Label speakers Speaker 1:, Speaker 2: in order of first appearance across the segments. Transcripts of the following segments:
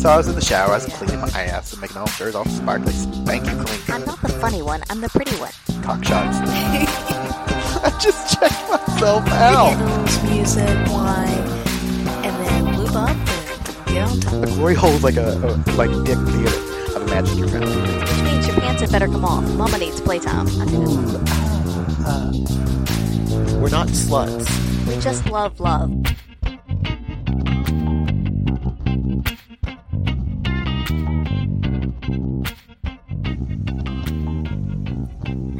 Speaker 1: So I was in the shower, I was cleaning my ass and making all sure it's all sparkly, spanky clean.
Speaker 2: I'm not the funny one, I'm the pretty one.
Speaker 1: Cock shots. I just checked myself out.
Speaker 3: Candles, music, wine, and then lube up and get on top.
Speaker 1: The glory hole is like a, a like dick theater. I'm imagining your mouth.
Speaker 2: Which means your pants had better come off. Mama needs playtime. I think that's-
Speaker 4: We're not sluts.
Speaker 2: We just love love.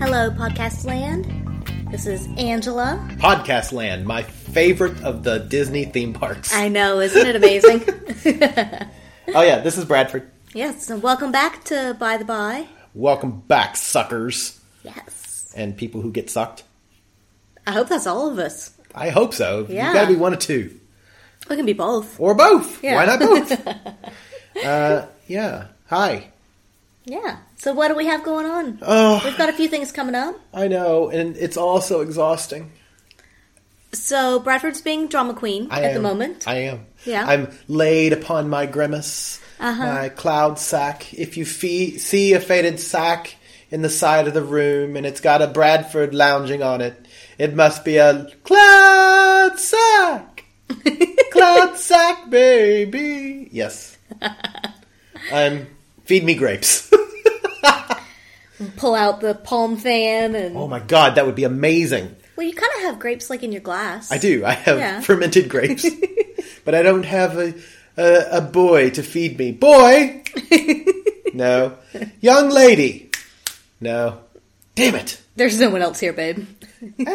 Speaker 5: Hello, Podcast Land. This is Angela.
Speaker 4: Podcast Land, my favorite of the Disney theme parks.
Speaker 5: I know, isn't it amazing?
Speaker 4: Oh yeah, this is Bradford.
Speaker 5: yes, and welcome back to By the By.
Speaker 4: Welcome back, suckers
Speaker 5: Yes.
Speaker 4: and people who get sucked.
Speaker 5: I hope that's all of us.
Speaker 4: I hope so.
Speaker 5: Yeah.
Speaker 4: You gotta be one or two.
Speaker 5: We can be both.
Speaker 4: Or both.
Speaker 5: Yeah.
Speaker 4: Why not both? uh, yeah. Hi.
Speaker 5: Yeah. So what do we have going on?
Speaker 4: Oh.
Speaker 5: We've got a few things coming up.
Speaker 4: I know, and it's also exhausting.
Speaker 5: So Bradford's being drama queen
Speaker 4: I
Speaker 5: at the
Speaker 4: am.
Speaker 5: moment.
Speaker 4: I am.
Speaker 5: Yeah. Uh-huh.
Speaker 4: I'm laid upon my grimace, my cloud sack. If you fee- see a faded sack in the side of the room and it's got a Bradford lounging on it, it must be a cloud sack. cloud sack, baby. Yes. I'm. Feed me grapes.
Speaker 5: Pull out the palm fan and
Speaker 4: oh my god, that would be amazing.
Speaker 5: well, you kind of have grapes like in your glass.
Speaker 4: I do. I have
Speaker 5: Yeah.
Speaker 4: fermented grapes, but I don't have a, a a boy to feed me. Boy, no. Young lady, no. Damn it,
Speaker 5: There's no one else here, babe.
Speaker 4: Angela.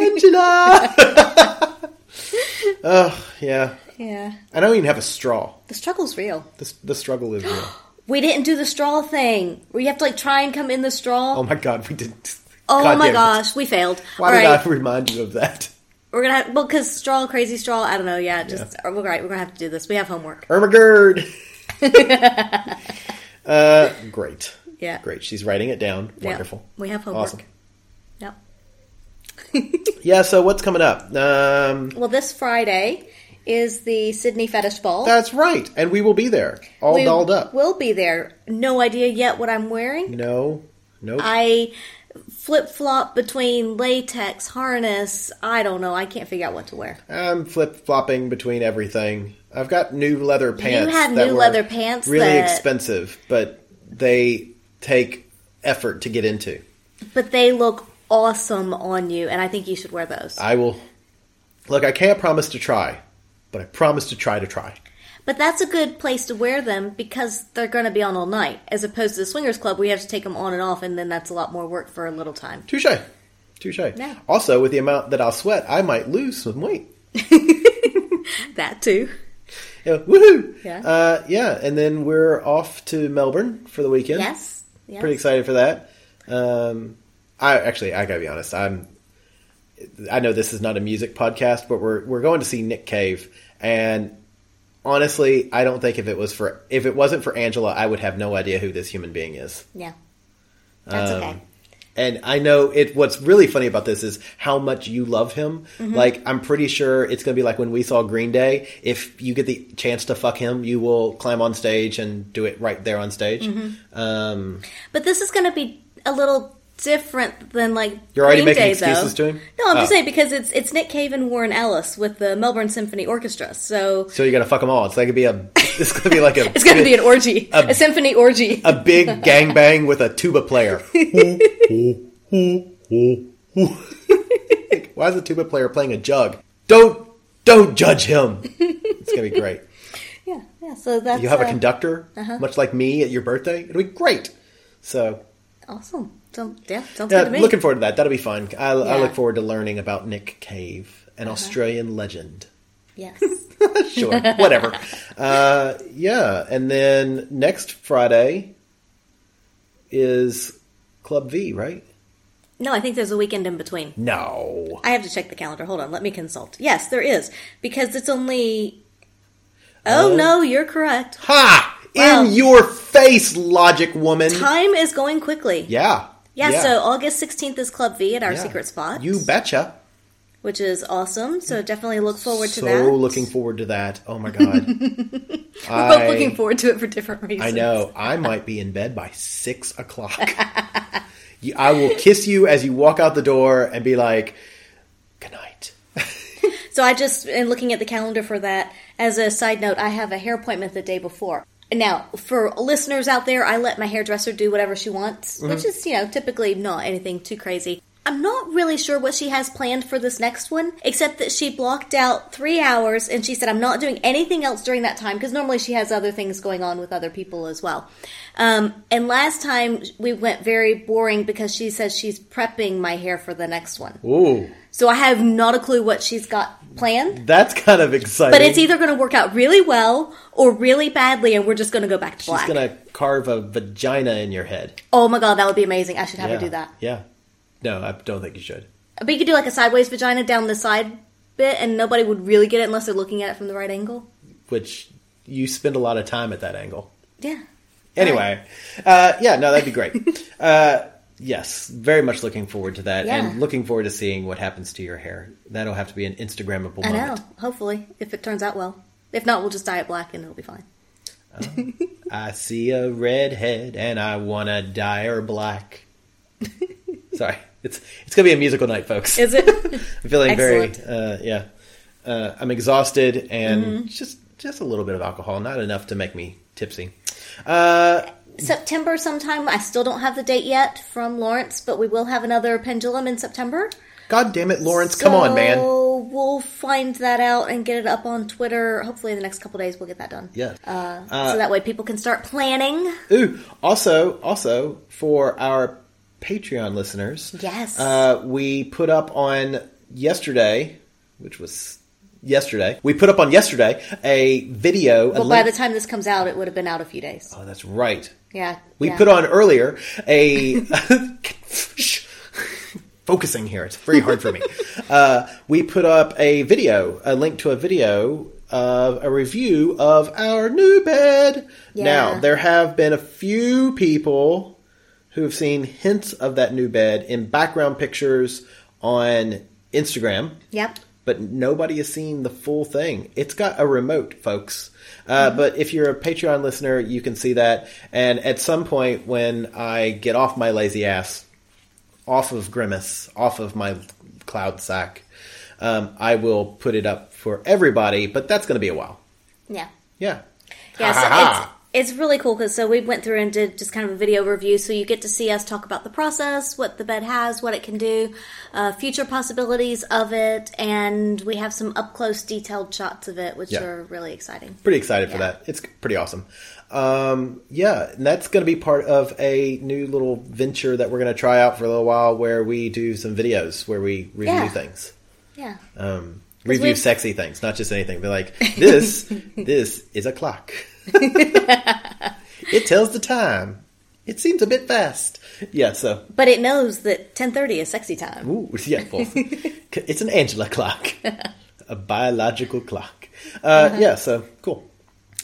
Speaker 4: oh yeah,
Speaker 5: Yeah.
Speaker 4: I don't even have a straw.
Speaker 5: The struggle's real.
Speaker 4: The, the struggle is real.
Speaker 5: We didn't do the straw thing where you have to like try and come in the straw.
Speaker 4: Oh my god, we didn't.
Speaker 5: Oh
Speaker 4: God
Speaker 5: my
Speaker 4: damn it.
Speaker 5: gosh, we failed.
Speaker 4: Why
Speaker 5: All
Speaker 4: did
Speaker 5: right.
Speaker 4: I remind you of that?
Speaker 5: We're gonna have, well, cause straw, crazy straw. I don't know. Yeah, just all right. We're gonna have to do this. We have homework.
Speaker 4: Ermagerd. uh, great,
Speaker 5: Yeah,
Speaker 4: great. She's writing it down.
Speaker 5: Yeah.
Speaker 4: Wonderful.
Speaker 5: We have homework.
Speaker 4: Awesome.
Speaker 5: Yep.
Speaker 4: Yeah, so what's coming up? Um,
Speaker 5: Well, this Friday is the Sydney Fetish Ball.
Speaker 4: that's right, and we will be there, all
Speaker 5: We
Speaker 4: dolled up.
Speaker 5: Will be there. No idea yet what I'm wearing.
Speaker 4: no, nope.
Speaker 5: I flip flop between latex harness. I don't know. I can't figure out what to wear.
Speaker 4: I'm flip flopping between everything. I've got new leather pants.
Speaker 5: have
Speaker 4: that
Speaker 5: new
Speaker 4: were
Speaker 5: leather pants
Speaker 4: Really
Speaker 5: that-
Speaker 4: expensive, but they take effort to get into.
Speaker 5: But they look awesome on you, and I think you should wear those.
Speaker 4: I will look. I can't promise to try, but I promise to try to try.
Speaker 5: But that's a good place to wear them because they're going to be on all night, as opposed to the swingers club. We have to take them on and off, and then that's a lot more work for a little time.
Speaker 4: Touche, touche. Also, with the amount that I'll sweat, I might lose some weight.
Speaker 5: That too.
Speaker 4: Yeah, woohoo!
Speaker 5: Yeah.
Speaker 4: uh, yeah. And then we're off to Melbourne for the weekend.
Speaker 5: Yes. yes.
Speaker 4: pretty excited for that. Um, I actually, I gotta be honest. I'm. I know this is not a music podcast, but we're we're going to see Nick Cave, and honestly, I don't think if it was for if it wasn't for Angela, I would have no idea who this human being is.
Speaker 5: Yeah. That's
Speaker 4: Um,
Speaker 5: okay.
Speaker 4: And I know it. What's really funny about this is how much you love him.
Speaker 5: Mm-hmm.
Speaker 4: Like I'm pretty sure it's going to be like when we saw Green Day. If you get the chance to fuck him, you will climb on stage and do it right there on stage.
Speaker 5: Mm-hmm.
Speaker 4: Um,
Speaker 5: But this is going to be a little different than like
Speaker 4: You're already
Speaker 5: Green
Speaker 4: making
Speaker 5: Day,
Speaker 4: excuses
Speaker 5: though.
Speaker 4: to him?
Speaker 5: No, I'm
Speaker 4: Oh.
Speaker 5: just saying because it's it's Nick Cave and Warren Ellis with the Melbourne Symphony Orchestra, so
Speaker 4: So you gotta fuck them all. It's like gonna be a. It's gonna be like a.
Speaker 5: it's going to be an orgy, a, symphony orgy.
Speaker 4: a big gangbang with a tuba player. Like, Why is the tuba player playing a jug? Don't don't judge him. It's gonna be great.
Speaker 5: yeah, yeah. So that's
Speaker 4: You have a
Speaker 5: uh,
Speaker 4: conductor, much like me at your birthday. It'll be great. So
Speaker 5: Awesome. Don't yeah. Sounds
Speaker 4: yeah,
Speaker 5: good to me.
Speaker 4: looking forward to that. That'll be fun. I, I
Speaker 5: Yeah. Uh-huh.
Speaker 4: look forward to learning about Nick Cave, an Australian legend.
Speaker 5: Yes.
Speaker 4: sure, whatever. Uh, yeah, and then next Friday is Club V, right?
Speaker 5: No, I think there's a weekend in between.
Speaker 4: No,
Speaker 5: I have to check the calendar. Hold on, let me consult. Yes, there is because it's only. Oh, no, you're correct.
Speaker 4: ha!
Speaker 5: Wow.
Speaker 4: In your face, logic woman.
Speaker 5: Time is going quickly.
Speaker 4: Yeah,
Speaker 5: Yeah, so August 16th is Club V at our secret spot.
Speaker 4: You betcha.
Speaker 5: Which is awesome. So definitely look forward to
Speaker 4: so
Speaker 5: that.
Speaker 4: looking forward to that. Oh my god.
Speaker 5: We're both looking forward to it for different reasons.
Speaker 4: I know. I might be in bed by six o'clock. You- I will kiss you as you walk out the door and be like, "Good night."
Speaker 5: So I just, in looking at the calendar for that, as a side note, I have a hair appointment the day before. Now, for listeners out there, I let my hairdresser do whatever she wants, which is, you know, typically not anything too crazy. I'm not really sure what she has planned for this next one, except that she blocked out three hours and she said, I'm not doing anything else during that time because normally she has other things going on with other people as well. Um, and last time we went very boring because she says she's prepping my hair for the next one.
Speaker 4: Ooh,
Speaker 5: So I have not a clue what she's got planned.
Speaker 4: that's kind of exciting.
Speaker 5: But it's either going to work out really well or really badly, and we're just going to go back to
Speaker 4: She's
Speaker 5: black.
Speaker 4: gonna carve a vagina in your head.
Speaker 5: Oh my god, that would be amazing. I should have
Speaker 4: yeah.
Speaker 5: her do that.
Speaker 4: Yeah. No, I don't think you should.
Speaker 5: But you could do like a sideways vagina down the side bit, and nobody would really get it unless they're looking at it from the right angle.
Speaker 4: Which you spend a lot of time at that angle.
Speaker 5: Yeah.
Speaker 4: Anyway, uh, yeah, no, that'd be great. uh, yes, very much looking forward to that,
Speaker 5: Yeah.
Speaker 4: and looking forward to seeing what happens to your hair. That'll have to be an Instagrammable
Speaker 5: I know.
Speaker 4: moment.
Speaker 5: Hopefully, if it turns out well. If not, we'll just dye it black and it'll be fine.
Speaker 4: I see a redhead and I wanna dye her black. Sorry, it's it's gonna be a musical night, folks.
Speaker 5: Is it?
Speaker 4: I'm feeling
Speaker 5: excellent. Mm-hmm.
Speaker 4: very, uh, yeah. Uh, I'm exhausted and just just a little bit of alcohol, not enough to make me tipsy. Uh,
Speaker 5: September sometime. I still don't have the date yet from Lawrence, but we will have another pendulum in September.
Speaker 4: God damn it, Lawrence! come on, man.
Speaker 5: So we'll find that out and get it up on Twitter. Hopefully, in the next couple days, we'll get that done.
Speaker 4: Yeah. Uh,
Speaker 5: so that way people can start planning.
Speaker 4: Ooh, also, also for our Patreon listeners,
Speaker 5: Yes.
Speaker 4: uh, we put up on yesterday, which was yesterday. We put up on yesterday a video.
Speaker 5: well, by the time this comes out, it would have been out a few days.
Speaker 4: oh, that's right.
Speaker 5: Yeah.
Speaker 4: We
Speaker 5: yeah.
Speaker 4: put on earlier a. Shh. Focusing here, it's very hard for me. uh, we put up a video, a link to a video of a review of our new bed. Now,
Speaker 5: Yeah.
Speaker 4: there have been a few people who have seen hints of that new bed in background pictures on Instagram
Speaker 5: Yep.
Speaker 4: but nobody has seen the full thing. It's got a remote, folks. Uh,
Speaker 5: Mm-hmm.
Speaker 4: But if you're a Patreon listener, you can see that. And at some point, when I get off my lazy ass, off of Grimace, off of my cloud sack, um, I will put it up for everybody. But that's going to be a while.
Speaker 5: Yeah.
Speaker 4: Yeah.
Speaker 5: Yeah.
Speaker 4: Ha ha ha.
Speaker 5: So it's, it's really cool because so we went through and did just kind of a video review, so you get to see us talk about the process, what the bed has, what it can do, uh, future possibilities of it, and we have some up close, detailed shots of it, which
Speaker 4: Yeah.
Speaker 5: are really exciting.
Speaker 4: Pretty excited for
Speaker 5: Yeah.
Speaker 4: that. It's pretty awesome. Um, yeah, and that's going to be part of a new little venture that we're going to try out for a little while where we do some videos where we review
Speaker 5: Yeah.
Speaker 4: things.
Speaker 5: Yeah.
Speaker 4: um, review
Speaker 5: we've-
Speaker 4: sexy things, not just anything. Be like, this, this is a clock. it tells the time. It seems a bit fast. Yeah. So,
Speaker 5: But it knows that 10:30 is sexy time.
Speaker 4: ooh, yeah. Well, it's an Angela clock, a biological clock. Uh,
Speaker 5: Uh-huh.
Speaker 4: Yeah. So cool.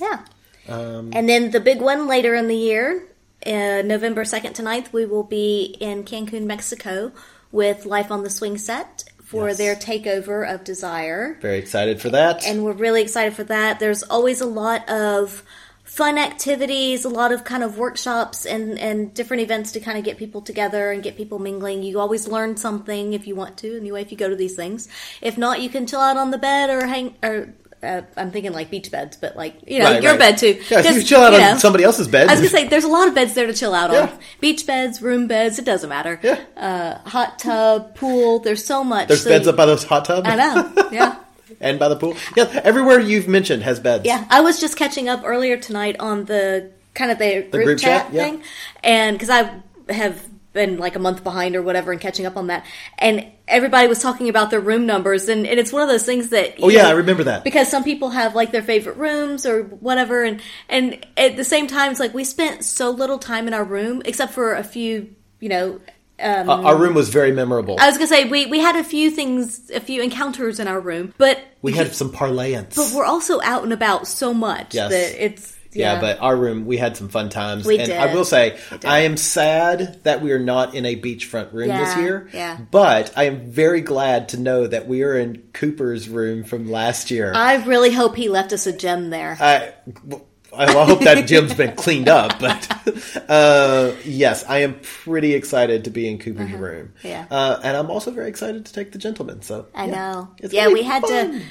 Speaker 5: Yeah. and then the big one later in the year, uh, November 2nd to 9th, we will be in Cancun, Mexico with Life on the Swing set for
Speaker 4: Yes.
Speaker 5: their takeover of Desire.
Speaker 4: Very excited for that.
Speaker 5: And we're really excited for that. There's always a lot of fun activities, a lot of kind of workshops and, and different events to kind of get people together and get people mingling. You always learn something if you want to, anyway, if you go to these things. If not, you can chill out on the bed or hang, or uh, I'm thinking like beach beds, but like, you know,
Speaker 4: Right,
Speaker 5: your
Speaker 4: right.
Speaker 5: bed too.
Speaker 4: Yeah,
Speaker 5: Just,
Speaker 4: you chill out
Speaker 5: you know.
Speaker 4: on somebody else's bed.
Speaker 5: I was gonna say, there's a lot of beds there to chill out
Speaker 4: Yeah.
Speaker 5: on. Beach beds, room beds, it doesn't matter.
Speaker 4: Yeah.
Speaker 5: Uh, hot tub, pool, there's so much.
Speaker 4: There's
Speaker 5: So
Speaker 4: beds
Speaker 5: you-
Speaker 4: up by those hot tub
Speaker 5: I know, yeah.
Speaker 4: and by the pool. Yeah, everywhere you've mentioned has beds.
Speaker 5: Yeah, I was just catching up earlier tonight on the kind of the group,
Speaker 4: group
Speaker 5: chat,
Speaker 4: chat, yeah.
Speaker 5: thing, and because I have been like a month behind or whatever and catching up on that. And everybody was talking about their room numbers, and, and it's one of those things that.
Speaker 4: Oh,
Speaker 5: you
Speaker 4: yeah,
Speaker 5: know,
Speaker 4: I remember that.
Speaker 5: Because some people have like their favorite rooms or whatever, and and at the same time, it's like we spent so little time in our room except for a few, you know. Um,
Speaker 4: Uh, our room was very memorable.
Speaker 5: I was gonna say we we had a few things, a few encounters in our room, but
Speaker 4: we had some parlance.
Speaker 5: but we're also out and about so much
Speaker 4: Yes.
Speaker 5: that it's
Speaker 4: yeah.
Speaker 5: yeah,
Speaker 4: but our room, we had some fun times.
Speaker 5: We
Speaker 4: and
Speaker 5: did.
Speaker 4: I will say, I am sad that we are not in a beachfront room this
Speaker 5: Yeah,
Speaker 4: year.
Speaker 5: yeah.
Speaker 4: But I am very glad to know that we are in Cooper's room from last year. I,
Speaker 5: I really hope he left us a gem there.
Speaker 4: I, well, I hope that gym's been cleaned up, but uh, yes, I am pretty excited to be in Cooper's room.
Speaker 5: Uh-huh. yeah.
Speaker 4: Uh, and I'm also very excited to take the gentleman. So
Speaker 5: I know.
Speaker 4: It's
Speaker 5: yeah,
Speaker 4: gonna be
Speaker 5: we had
Speaker 4: fun.
Speaker 5: to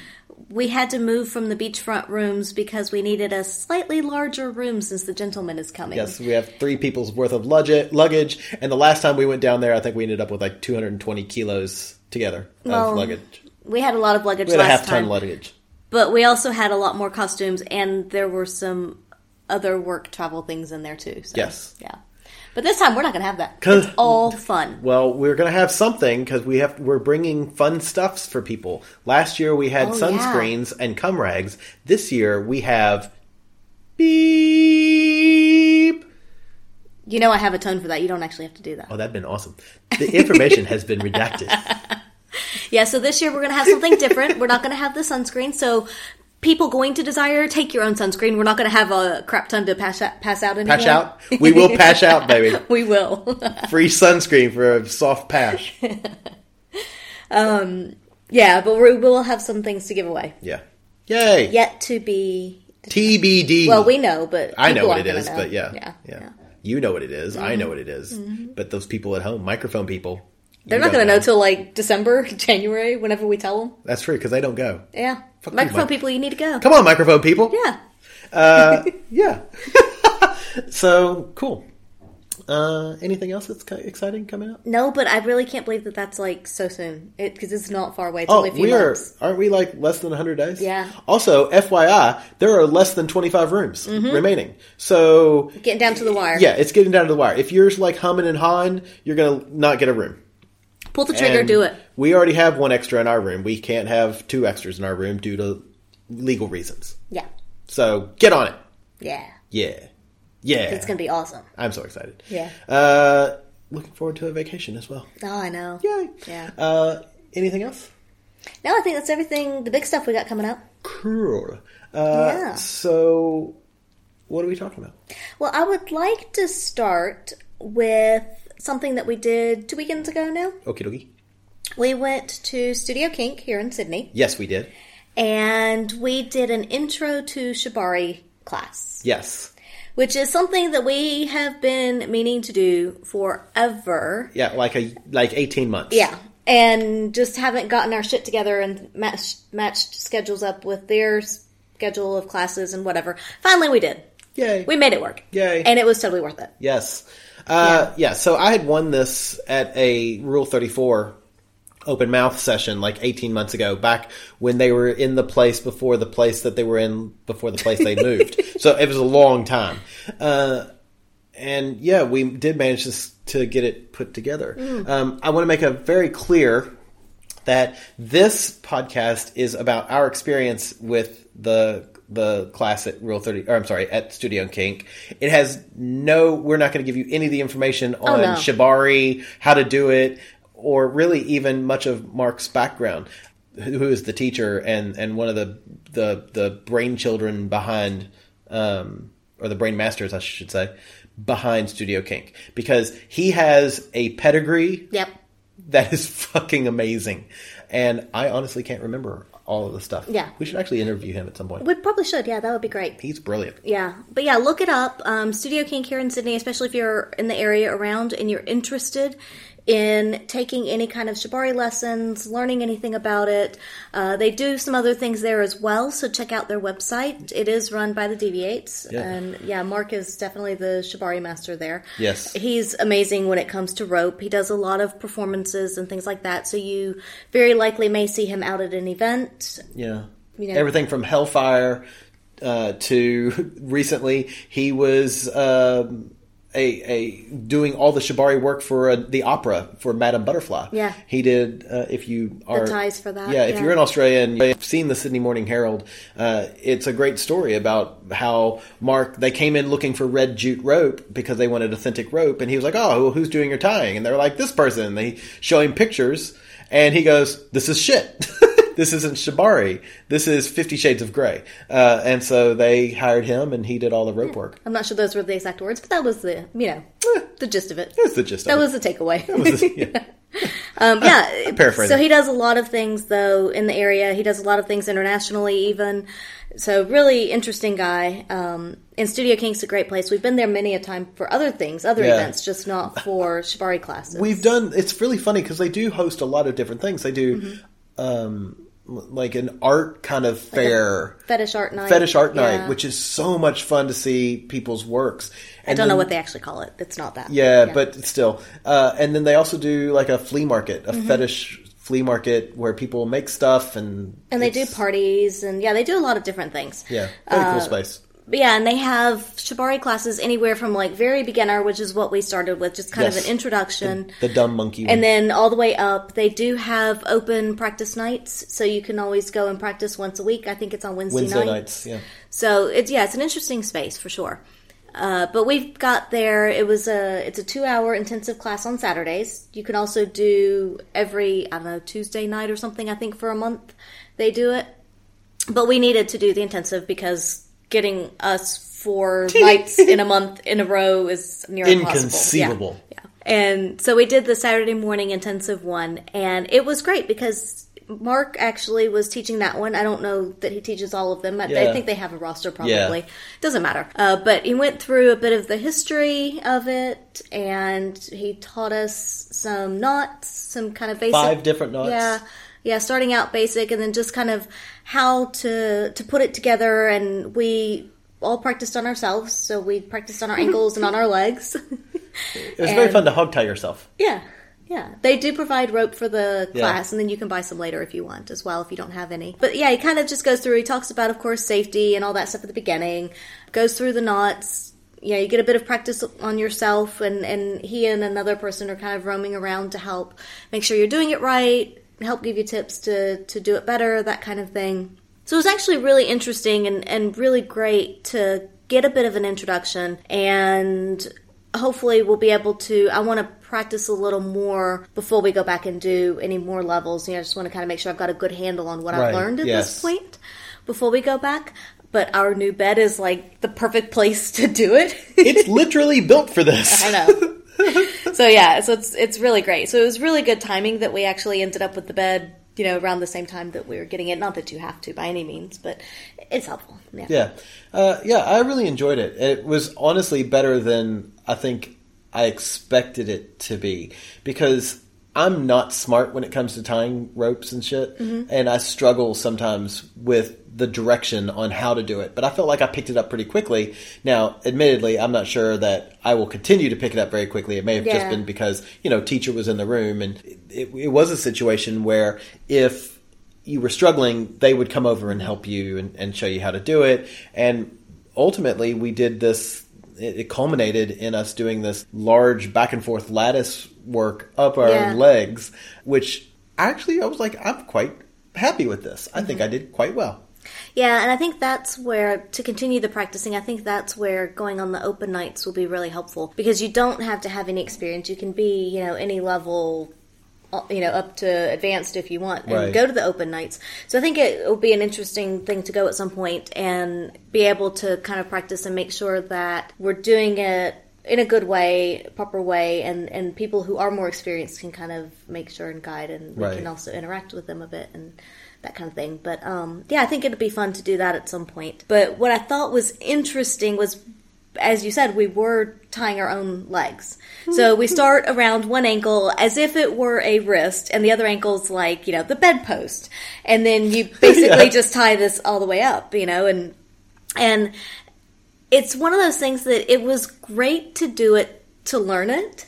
Speaker 5: we had to move from the beachfront rooms because we needed a slightly larger room since the gentleman is coming.
Speaker 4: Yes, we have three people's worth of luggage, luggage, and the last time we went down there, I think we ended up with like 220 kilos together of
Speaker 5: Well,
Speaker 4: luggage.
Speaker 5: We had a lot of luggage
Speaker 4: We had a
Speaker 5: last
Speaker 4: half ton
Speaker 5: time,
Speaker 4: luggage.
Speaker 5: but we also had a lot more costumes, and there were some other work travel things in there too. So,
Speaker 4: Yes.
Speaker 5: yeah. But this time we're not going to have that.
Speaker 4: 'Cause-
Speaker 5: It's all fun.
Speaker 4: Well, we're gonna have something because we have we're bringing fun stuffs for people. Last year we had
Speaker 5: Oh, yeah.
Speaker 4: sunscreens and cum rags. This year we have beep.
Speaker 5: You know, I have a ton for that. You don't actually have to do that.
Speaker 4: Oh, that'd been awesome. The information has been redacted.
Speaker 5: Yeah, so this year we're going to have something different. We're not going to have the sunscreen. So people going to Desire, take your own sunscreen. We're not going to have a crap ton to pass out, pass out anymore.
Speaker 4: Patch out. We will patch out, baby.
Speaker 5: We will.
Speaker 4: Free sunscreen for a soft patch.
Speaker 5: yeah, but we will have some things to give away.
Speaker 4: Yeah. Yay.
Speaker 5: Yet to be.
Speaker 4: TBD.
Speaker 5: Well, we know, but
Speaker 4: I know
Speaker 5: people
Speaker 4: what it
Speaker 5: aren't
Speaker 4: is,
Speaker 5: gonna know.
Speaker 4: but yeah,
Speaker 5: yeah, Mm-hmm.
Speaker 4: yeah, You know what it is, I know what it is. But those people at home, microphone people,
Speaker 5: They're
Speaker 4: you
Speaker 5: not
Speaker 4: don't
Speaker 5: going to know till like December, January, whenever we tell them.
Speaker 4: That's true because they don't go.
Speaker 5: Yeah,
Speaker 4: Fuck you,
Speaker 5: microphone
Speaker 4: Mike.
Speaker 5: people, you need to go.
Speaker 4: Come on, microphone people.
Speaker 5: Yeah,
Speaker 4: Yeah. so cool. Uh, anything else that's ki- exciting coming up?
Speaker 5: no, but I really can't believe that that's like so soon because it's not far away. It's
Speaker 4: Oh,
Speaker 5: only a few
Speaker 4: we are.
Speaker 5: months.
Speaker 4: Aren't we like less than 100 days?
Speaker 5: Yeah.
Speaker 4: Also, FYI, there are less than 25 rooms
Speaker 5: Mm-hmm.
Speaker 4: remaining. So,
Speaker 5: Getting down to the wire.
Speaker 4: yeah, it's getting down to the wire. If you're like humming and hawing, you're going to not get a room.
Speaker 5: pull the trigger,
Speaker 4: And
Speaker 5: do it.
Speaker 4: We already have one extra in our room. We can't have two extras in our room due to legal reasons.
Speaker 5: Yeah,
Speaker 4: So get on it.
Speaker 5: yeah.
Speaker 4: Yeah. Yeah.
Speaker 5: It's gonna be awesome.
Speaker 4: I'm so excited.
Speaker 5: Yeah.
Speaker 4: Uh, looking forward to a vacation as well.
Speaker 5: Oh, I know.
Speaker 4: Yay.
Speaker 5: Yeah.
Speaker 4: Uh, anything else?
Speaker 5: No, I think that's everything. The big stuff we got coming up.
Speaker 4: Cool. Uh,
Speaker 5: yeah.
Speaker 4: So, what are we talking about?
Speaker 5: Well, I would like to start with something that we did two weekends ago. Now
Speaker 4: Okie dokie.
Speaker 5: we went to Studio Kink here in Sydney,
Speaker 4: Yes, we did.
Speaker 5: and we did an intro to Shibari class,
Speaker 4: Yes.
Speaker 5: which is something that we have been meaning to do forever.
Speaker 4: Yeah, like a like 18 months.
Speaker 5: Yeah. And just haven't gotten our shit together and matched, matched schedules up with their schedule of classes and whatever. Finally, we did.
Speaker 4: Yay.
Speaker 5: We made it work.
Speaker 4: Yay.
Speaker 5: And it was totally worth it.
Speaker 4: Yes. Uh, yeah. So I had won this at a Rule 34 open mouth session like 18 months ago, back when they were in the place before the place that they were in before the place they moved. So it was a long time. Uh, and yeah, we did manage to, s- to get it put together. Um, I want to make a very clear that this podcast is about our experience with the the class at Rule Thirty, or I'm sorry, at Studio Kink. It has no. We're not going to give you any of the information on
Speaker 5: no.
Speaker 4: Shibari, how to do it, or really even much of Mark's background, who who is the teacher and and one of the the the brain children behind, um, or the brain masters, I should say, behind Studio Kink, because he has a pedigree
Speaker 5: Yep.
Speaker 4: that is fucking amazing. And I honestly can't remember all of the stuff.
Speaker 5: Yeah.
Speaker 4: We should actually interview him at some point.
Speaker 5: We probably should. Yeah, that would be great.
Speaker 4: He's brilliant.
Speaker 5: Yeah. But yeah, look it up. Um, Studio Kink here in Sydney, especially if you're in the area around and you're interested in taking any kind of Shibari lessons, learning anything about it. Uh, they do some other things there as well, so check out their website. It is run by the Deviates.
Speaker 4: Yeah.
Speaker 5: And yeah, Mark is definitely the Shibari master there.
Speaker 4: Yes.
Speaker 5: He's amazing when it comes to rope. He does a lot of performances and things like that, so you very likely may see him out at an event.
Speaker 4: Yeah.
Speaker 5: know-
Speaker 4: Everything from Hellfire uh, to recently, he was um a, a doing all the shibari work for uh, the opera for Madame Butterfly.
Speaker 5: Yeah.
Speaker 4: he did. Uh, if you are
Speaker 5: ties for that,
Speaker 4: yeah. If
Speaker 5: yeah.
Speaker 4: you're in Australia and you've seen the Sydney Morning Herald, uh, it's a great story about how Mark they came in looking for red jute rope because they wanted authentic rope, and he was like, "Oh, who- who's doing your tying?" And they're like, "This person." And they show him pictures, and he goes, "This is shit." this isn't Shibari. This is Fifty Shades of Grey. Uh, and so they hired him, and he did all the rope work.
Speaker 5: I'm not sure those were the exact words, but that was the you know
Speaker 4: Eh.
Speaker 5: the gist of it.
Speaker 4: That's the gist
Speaker 5: That
Speaker 4: of
Speaker 5: was
Speaker 4: it.
Speaker 5: the takeaway.
Speaker 4: yeah.
Speaker 5: um, yeah,
Speaker 4: paraphrasing.
Speaker 5: So he does a lot of things though in the area. He does a lot of things internationally, even. So really interesting guy. Um, and Studio King's a great place. We've been there many a time for other things, other
Speaker 4: Yeah.
Speaker 5: events, just not for shibari classes.
Speaker 4: We've done. It's really funny because they do host a lot of different things. They do,
Speaker 5: Mm-hmm.
Speaker 4: um, l- like an art kind of fair,
Speaker 5: fetish art night,
Speaker 4: fetish art night,
Speaker 5: Yeah.
Speaker 4: which is so much fun to see people's works.
Speaker 5: I
Speaker 4: And
Speaker 5: don't know
Speaker 4: then-
Speaker 5: what they actually call it. It's not that.
Speaker 4: Yeah, but still. Uh, and then they also do like a flea market,
Speaker 5: Mm-hmm.
Speaker 4: a fetish flea market where people make stuff and
Speaker 5: and they do
Speaker 4: it's-
Speaker 5: parties, uh, and yeah, they do a lot of different things.
Speaker 4: Yeah, very cool space.
Speaker 5: But yeah, and they have shibari classes anywhere from like very beginner, which is what we started with, just kind of
Speaker 4: Yes.
Speaker 5: an introduction.
Speaker 4: The dumb monkey. one.
Speaker 5: and then all the way up, they do have open practice nights, so you can always go and practice once a week. I think it's on Wednesday,
Speaker 4: Wednesday
Speaker 5: nights.
Speaker 4: nights. Yeah.
Speaker 5: So it's yeah, it's an interesting space for sure. Uh, but we've got there. It was a it's a two hour intensive class on Saturdays. You can also do every I don't know Tuesday night or something. I think for a month they do it. But we needed to do the intensive because getting us four nights in a month in a row is near
Speaker 4: Inconceivable.
Speaker 5: Impossible. Yeah. yeah. And so we did the Saturday morning intensive one, and it was great because Mark actually was teaching that one. I don't know that he teaches all of them. I, I
Speaker 4: Yeah.
Speaker 5: think they have a roster probably. Doesn't matter. Uh, but he went through a bit of the history of it, and he taught us some knots, some kind of basic
Speaker 4: Five different knots.
Speaker 5: Yeah, yeah. Starting out basic, and then just kind of how to to put it together. And we all practiced on ourselves, so we practiced on our ankles and on our legs.
Speaker 4: It was very fun to hog tie yourself.
Speaker 5: Yeah. Yeah. They do provide rope for the
Speaker 4: Yeah.
Speaker 5: class, and then you can buy some later if you want as well, if you don't have any. But yeah, he kind of just goes through. He talks about, of course, safety and all that stuff at the beginning, goes through the knots. Yeah, you get a bit of practice on yourself, and, and he and another person are kind of roaming around to help make sure you're doing it right, help give you tips to, to do it better, that kind of thing. So it was actually really interesting and, and really great to get a bit of an introduction and hopefully we'll be able to I want to practice a little more before we go back and do any more levels. You know, I just want to kind of make sure I've got a good handle on what I've
Speaker 4: Right,
Speaker 5: learned at this
Speaker 4: yes.
Speaker 5: point before we go back. But our new bed is like the perfect place to do it.
Speaker 4: It's literally built for this.
Speaker 5: I know. so yeah, so it's it's really great. So it was really good timing that we actually ended up with the bed, you know, around the same time that we were getting it. Not that you have to by any means, but it's helpful. Yeah.
Speaker 4: Yeah, uh, yeah, I really enjoyed it. It was honestly better than I think I expected it to be because I'm not smart when it comes to tying ropes and shit, and I struggle sometimes with the direction on how to do it. But I felt like I picked it up pretty quickly. Now, admittedly, I'm not sure that I will continue to pick it up very quickly. It may have
Speaker 5: Yeah.
Speaker 4: just been because you know teacher was in the room, and it, it was a situation where if you were struggling, they would come over and help you and, and show you how to do it. And ultimately, we did this. It, it culminated in us doing this large back and forth lattice work up our
Speaker 5: Yeah.
Speaker 4: own legs, which actually I was like, I'm quite happy with this. I think I
Speaker 5: Mm-hmm.
Speaker 4: did quite well.
Speaker 5: Yeah, and I think that's where to continue the practicing, I think that's where going on the open nights will be really helpful because you don't have to have any experience. You can be, you know, any level uh, you know, up to advanced if you want and
Speaker 4: Right.
Speaker 5: go to the open nights. So I think it will be an interesting thing to go at some point and be able to kind of practice and make sure that we're doing it in a good way, proper way, and, and people who are more experienced can kind of make sure and guide and we
Speaker 4: Right.
Speaker 5: can also interact with them a bit and that kind of thing. But um, yeah, I think it'd be fun to do that at some point. But what I thought was interesting was, as you said, we were tying our own legs. So we start around one ankle as if it were a wrist, and the other ankle's like, you know, the bedpost. And then you basically just tie this all the way up, you know, and and it's one of those things that it was great to do it to learn it.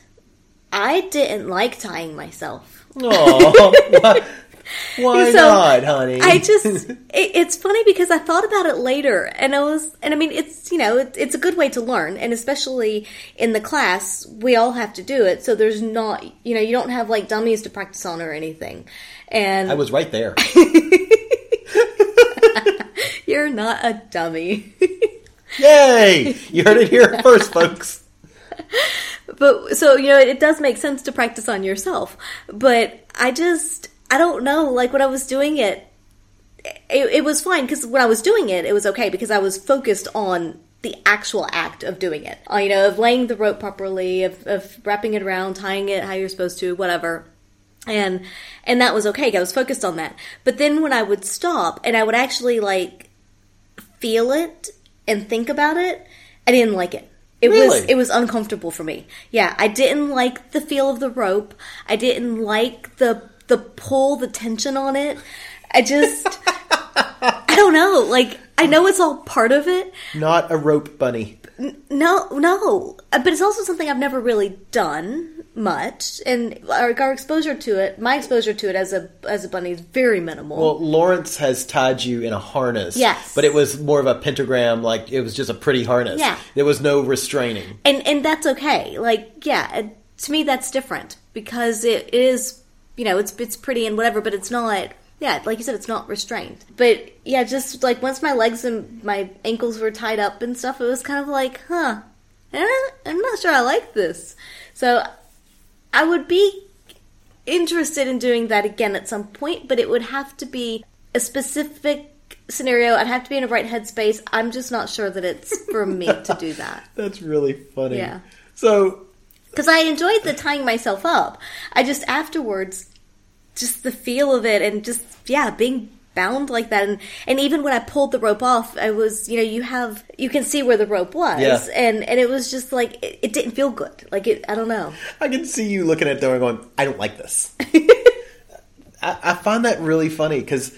Speaker 5: I didn't like tying myself.
Speaker 4: Why
Speaker 5: So,
Speaker 4: not, honey?
Speaker 5: I just it, it's funny because I thought about it later, and I was, and I mean, it's you know, it, it's a good way to learn, and especially in the class, we all have to do it, so there's not, you know, you don't have like dummies to practice on or anything, and
Speaker 4: I was right there.
Speaker 5: you're not a dummy.
Speaker 4: Yay! You heard it here first, folks.
Speaker 5: but so you know it does make sense to practice on yourself but i just i don't know like when i was doing it it, it was fine because when i was doing it it was okay because i was focused on the actual act of doing it Uh, you know of laying the rope properly of, of wrapping it around tying it how you're supposed to whatever and and that was okay 'cause i was focused on that but then when i would stop and i would actually like feel it and think about it i didn't like it it was
Speaker 4: Really?
Speaker 5: it was uncomfortable for me yeah i didn't like the feel of the rope i didn't like the the pull the tension on it i just i don't know like i know it's all part of it
Speaker 4: Not a rope bunny.
Speaker 5: no, no. Uh, But it's also something I've never really done much, and our, our exposure to it, my exposure to it as a as a bunny is very minimal.
Speaker 4: Well, Lawrence has tied you in a harness.
Speaker 5: Yes.
Speaker 4: But it was more of a pentagram, like it was just a pretty harness.
Speaker 5: Yeah.
Speaker 4: There was no restraining.
Speaker 5: and and that's okay. Like, yeah, it- to me that's different because it is, you know, it's it's pretty and whatever, but it's not. Yeah, like you said, it's not restrained. But yeah, just like once my legs and my ankles were tied up and stuff, it was kind of like, huh, eh, I'm not sure I like this. So I would be interested in doing that again at some point, but it would have to be a specific scenario. I'd have to be in a right headspace. I'm just not sure that it's for me to do that.
Speaker 4: That's really funny.
Speaker 5: Yeah.
Speaker 4: So
Speaker 5: because I enjoyed the tying myself up. I just afterwards, just the feel of it, and just yeah, being bound like that, and and even when I pulled the rope off, I was you know you have you can see where the rope was,
Speaker 4: Yeah.
Speaker 5: and and it was just like it, it didn't feel good. Like it, I don't know.
Speaker 4: I can see you looking at them and going, I don't like this. I, I find that really funny because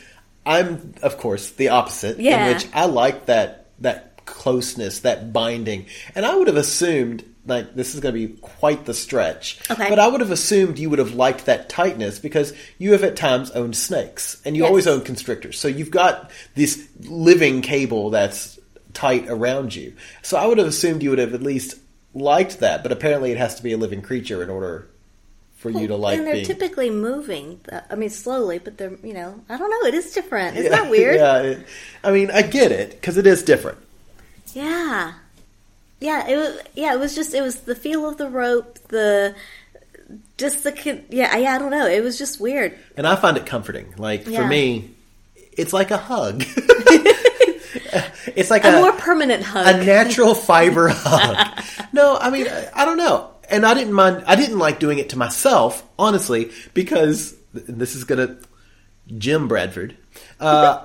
Speaker 4: I'm, of course, the opposite.
Speaker 5: Yeah.
Speaker 4: In which I like that that closeness, that binding, and I would have assumed like this is going to be quite the stretch.
Speaker 5: Okay.
Speaker 4: But I would have assumed you would have liked that tightness because you have at times owned snakes and you always own constrictors, so you've got this living cable that's tight around you. So I would have assumed you would have at least liked that, but apparently it has to be a living creature in order for you to like
Speaker 5: and they're
Speaker 4: being
Speaker 5: typically moving. uh, I mean, slowly, but they're you know I don't know. It is different. Isn't that weird?
Speaker 4: yeah, it, I mean, I get it because it is different.
Speaker 5: Yeah. Yeah, it was yeah, it was just it was the feel of the rope, the just the con- yeah, yeah, I don't know. It was just weird.
Speaker 4: And I find it comforting. Like
Speaker 5: Yeah.
Speaker 4: for me, it's like a hug. it's like
Speaker 5: A
Speaker 4: a,
Speaker 5: more permanent hug.
Speaker 4: a natural fiber hug. No, I mean, I, I don't know. And I didn't mind. I didn't like doing it to myself, honestly, because th- this is gonna Jim Bradford. Uh,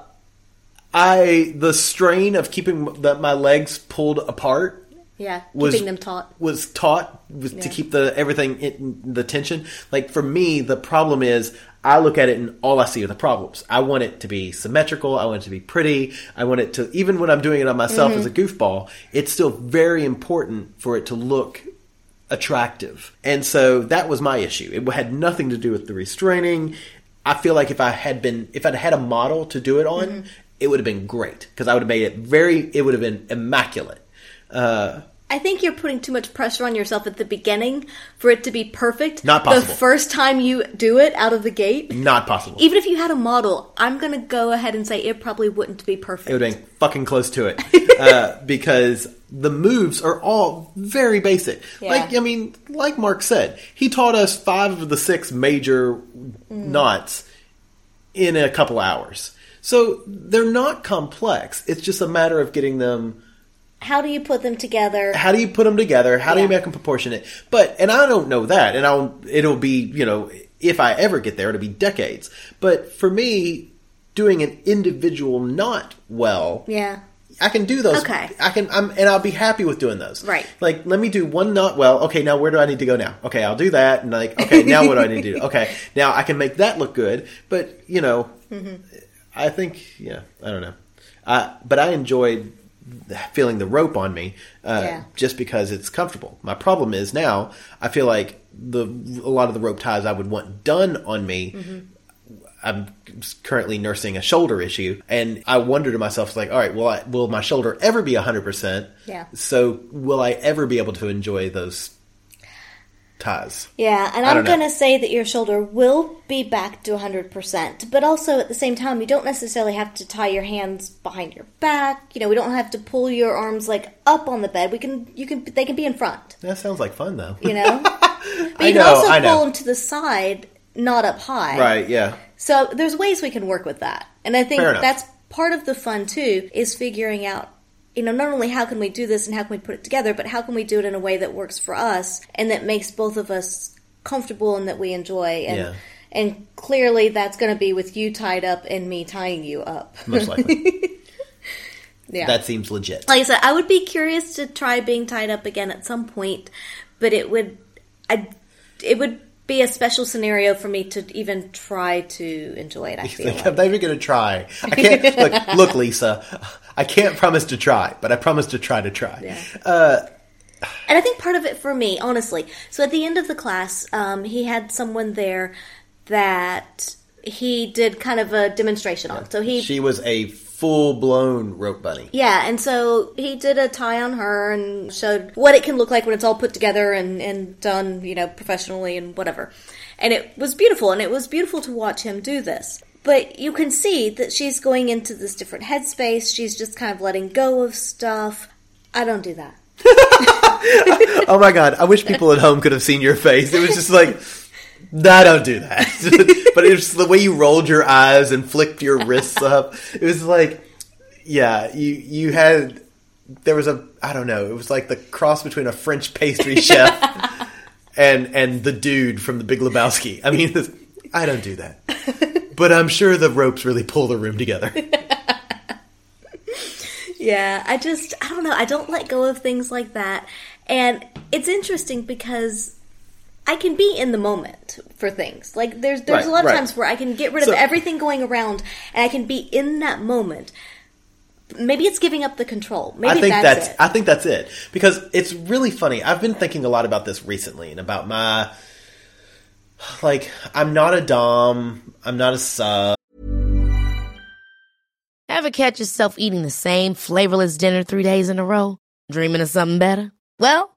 Speaker 4: I the strain of keeping m- the, my legs pulled apart
Speaker 5: yeah,
Speaker 4: was
Speaker 5: keeping them taut.
Speaker 4: was taught was to
Speaker 5: Yeah.
Speaker 4: keep the everything in the tension. Like for me, the problem is I look at it and all I see are the problems. I want it to be symmetrical. I want it to be pretty. I want it to even when I'm doing it on myself as a
Speaker 5: Mm-hmm.
Speaker 4: goofball, it's still very important for it to look attractive. And so that was my issue. It had nothing to do with the restraining. I feel like if I had been if I'd had a model to do it on,
Speaker 5: Mm-hmm.
Speaker 4: it would have been great because I would have made it very it would have been immaculate. Uh,
Speaker 5: I think you're putting too much pressure on yourself at the beginning for it to be perfect.
Speaker 4: Not
Speaker 5: The
Speaker 4: possible.
Speaker 5: first time you do it out of the gate.
Speaker 4: Not possible.
Speaker 5: Even if you had a model, I'm going to go ahead and say it probably wouldn't be perfect.
Speaker 4: It would have been fucking close to it uh, because the moves are all very basic. Like I mean, like Mark said, he taught us five of the six major
Speaker 5: Mm.
Speaker 4: knots in a couple hours. So they're not complex. It's just a matter of getting them.
Speaker 5: How do you put them together?
Speaker 4: How do you put them together? How do you
Speaker 5: Yeah.
Speaker 4: make them proportionate? But and I don't know that, and I'll it'll be you know if I ever get there, it'll be decades. But for me, doing an individual knot well,
Speaker 5: yeah.
Speaker 4: I can do those.
Speaker 5: Okay.
Speaker 4: I can, I'm, and I'll be happy with doing those.
Speaker 5: Right.
Speaker 4: Like, let me do one knot well. Okay, now where do I need to go now? Okay, I'll do that. And like, okay, now what do I need to do? Okay, now I can make that look good. But you know,
Speaker 5: Mm-hmm.
Speaker 4: I think, yeah, I don't know. I, but I enjoyed feeling the rope on me uh,
Speaker 5: Yeah.
Speaker 4: just because it's comfortable. My problem is
Speaker 5: Mm-hmm.
Speaker 4: now I feel like the a lot of the rope ties I would want done on me I'm currently nursing a shoulder issue, and I wonder to myself, like, all right, will I, will my shoulder ever be hundred percent?
Speaker 5: Yeah.
Speaker 4: So will I ever be able to enjoy those ties?
Speaker 5: Yeah, and
Speaker 4: I
Speaker 5: I'm
Speaker 4: don't know.
Speaker 5: going to say that your shoulder will be back to 100%, but also at the same time, you don't necessarily have to tie your hands behind your back. You know, we don't have to pull your arms like up on the bed. We can, you can, they can be in front,
Speaker 4: That sounds like fun, though.
Speaker 5: you know? but you
Speaker 4: I
Speaker 5: can
Speaker 4: know,
Speaker 5: also
Speaker 4: I know.
Speaker 5: pull them to the side, not up high.
Speaker 4: right? Yeah.
Speaker 5: So there's ways we can work with that. And I think
Speaker 4: Fair enough.
Speaker 5: that's part of the fun too is figuring out you know not only how can we do this and how can we put it together, but how can we do it in a way that works for us and that makes both of us comfortable and that we enjoy and
Speaker 4: Yeah.
Speaker 5: and clearly that's going to be with you tied up and me tying you up.
Speaker 4: Most likely,
Speaker 5: yeah.
Speaker 4: that seems legit.
Speaker 5: like I said, I would be curious to try being tied up again at some point, but it would I it would be a special scenario for me to even try to enjoy it. I feel
Speaker 4: Like,
Speaker 5: like.
Speaker 4: I'm not even gonna try. I can't look. Look, Lisa, I can't promise to try, but I promise to try to try.
Speaker 5: And I think part of it for me, honestly. So at the end of the class, um, he had someone there that he did kind of a demonstration on. So he,
Speaker 4: She was a full blown rope bunny.
Speaker 5: yeah, and so he did a tie on her and showed what it can look like when it's all put together and, and done, you know, professionally and whatever. And it was beautiful, and it was beautiful to watch him do this. But you can see that she's going into this different headspace. She's just kind of letting go of stuff. I don't do that.
Speaker 4: Oh my god! I wish people at home could have seen your face. It was just like, nah, don't do that. but it was the way you rolled your eyes and flicked your wrists up. It was like, yeah, you you had there was a I don't know. It was like the cross between a French pastry chef and and the dude from The Big Lebowski. I mean, this- I don't do that. But I'm sure the ropes really pull the room together.
Speaker 5: Yeah, I just I don't know. I don't let go of things like that. And it's interesting because I can be in the moment for things. Like there's there's a
Speaker 4: Right,
Speaker 5: lot of
Speaker 4: right.
Speaker 5: times where I can get rid
Speaker 4: So-
Speaker 5: of everything going around and I can be in that moment. Maybe it's giving up the control. Maybe
Speaker 4: I think
Speaker 5: that's,
Speaker 4: that's, I think that's it because it's really funny. I've been thinking a lot about this recently and about my like I'm not a dom, I'm not a sub.
Speaker 6: Ever catch yourself eating the same flavorless dinner three days in a row? Dreaming of something better? Well,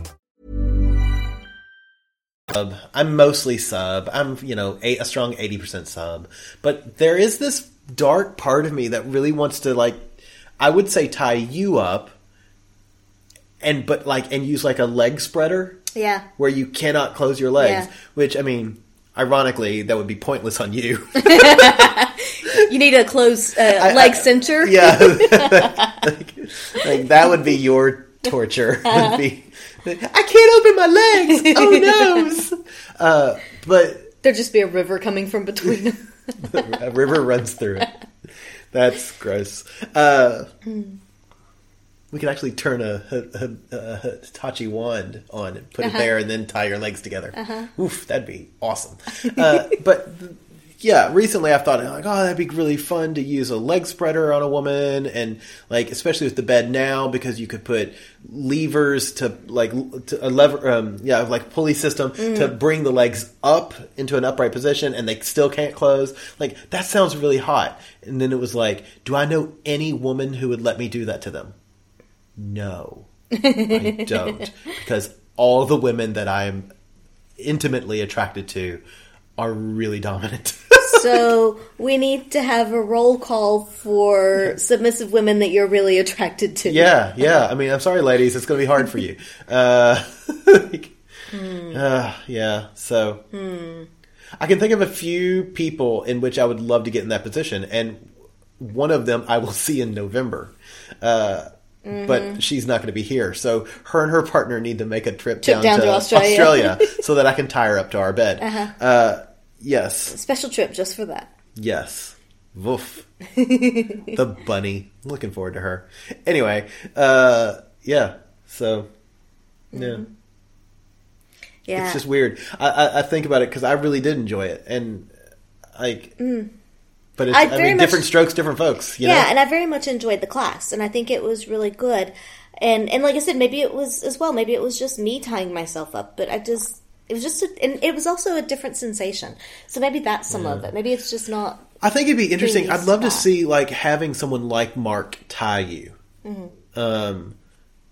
Speaker 4: I'm mostly sub. I'm you know a, a strong eighty percent sub, but there is this dark part of me that really wants to like I would say tie you up and but like and use like a leg spreader
Speaker 5: yeah.
Speaker 4: where you cannot close your legs,
Speaker 5: Yeah.
Speaker 4: which I mean, ironically, that would be pointless on you.
Speaker 5: You need a close uh, leg cincher.
Speaker 4: yeah, like, like, that would be your torture. Would be, I can't open my legs. Oh no! Uh, but
Speaker 5: There'd just be a river coming from between them.
Speaker 4: a river runs through it. That's gross. Uh, we could actually turn a, a, a, a Hitachi wand on and put it there, and then tie your legs together. Oof, that'd be awesome. Uh, but th- yeah, recently I've thought like, oh, that'd be really fun to use a leg spreader on a woman, and like especially with the bed now because you could put levers to like l- to a lever, um, yeah, like pulley system to bring the legs up into an upright position, and they still can't close. Like that sounds really hot. And then it was like, do I know any woman who would let me do that to them? No, I don't, because all the women that I'm intimately attracted to are really dominant.
Speaker 5: so we need to have a roll call for submissive women that you're really attracted to.
Speaker 4: Yeah, yeah. I mean, I'm sorry, ladies. It's going to be hard for you. Uh, uh, yeah. So Hmm. I can think of a few people in which I would love to get in that position, and one of them I will see in November. Uh, But she's not going to be here, so her and her partner need to make a trip down,
Speaker 5: down
Speaker 4: to,
Speaker 5: to Australia.
Speaker 4: Australia so that I can tie her up to our bed. uh yes,
Speaker 5: Special trip just for that.
Speaker 4: Yes. Woof. the bunny. Looking forward to her. Anyway, uh yeah. So yeah.
Speaker 5: Mm-hmm. Yeah.
Speaker 4: It's just weird. I, I, I think about it because I really did enjoy it, and like, but it's,
Speaker 5: Mm. I
Speaker 4: I,
Speaker 5: very
Speaker 4: mean,
Speaker 5: much-
Speaker 4: different strokes, different folks. You
Speaker 5: yeah,
Speaker 4: know?
Speaker 5: and I very much enjoyed the class, and I think it was really good. And and like I said, maybe it was as well. Maybe it was just me tying myself up, but I just it was just a, and it was also a different sensation. So maybe that's some of it. Maybe it's just not.
Speaker 4: I think it'd be interesting.
Speaker 5: Please
Speaker 4: I'd love to
Speaker 5: stop.
Speaker 4: see like having someone like Mark tie you,
Speaker 5: Mm-hmm.
Speaker 4: um,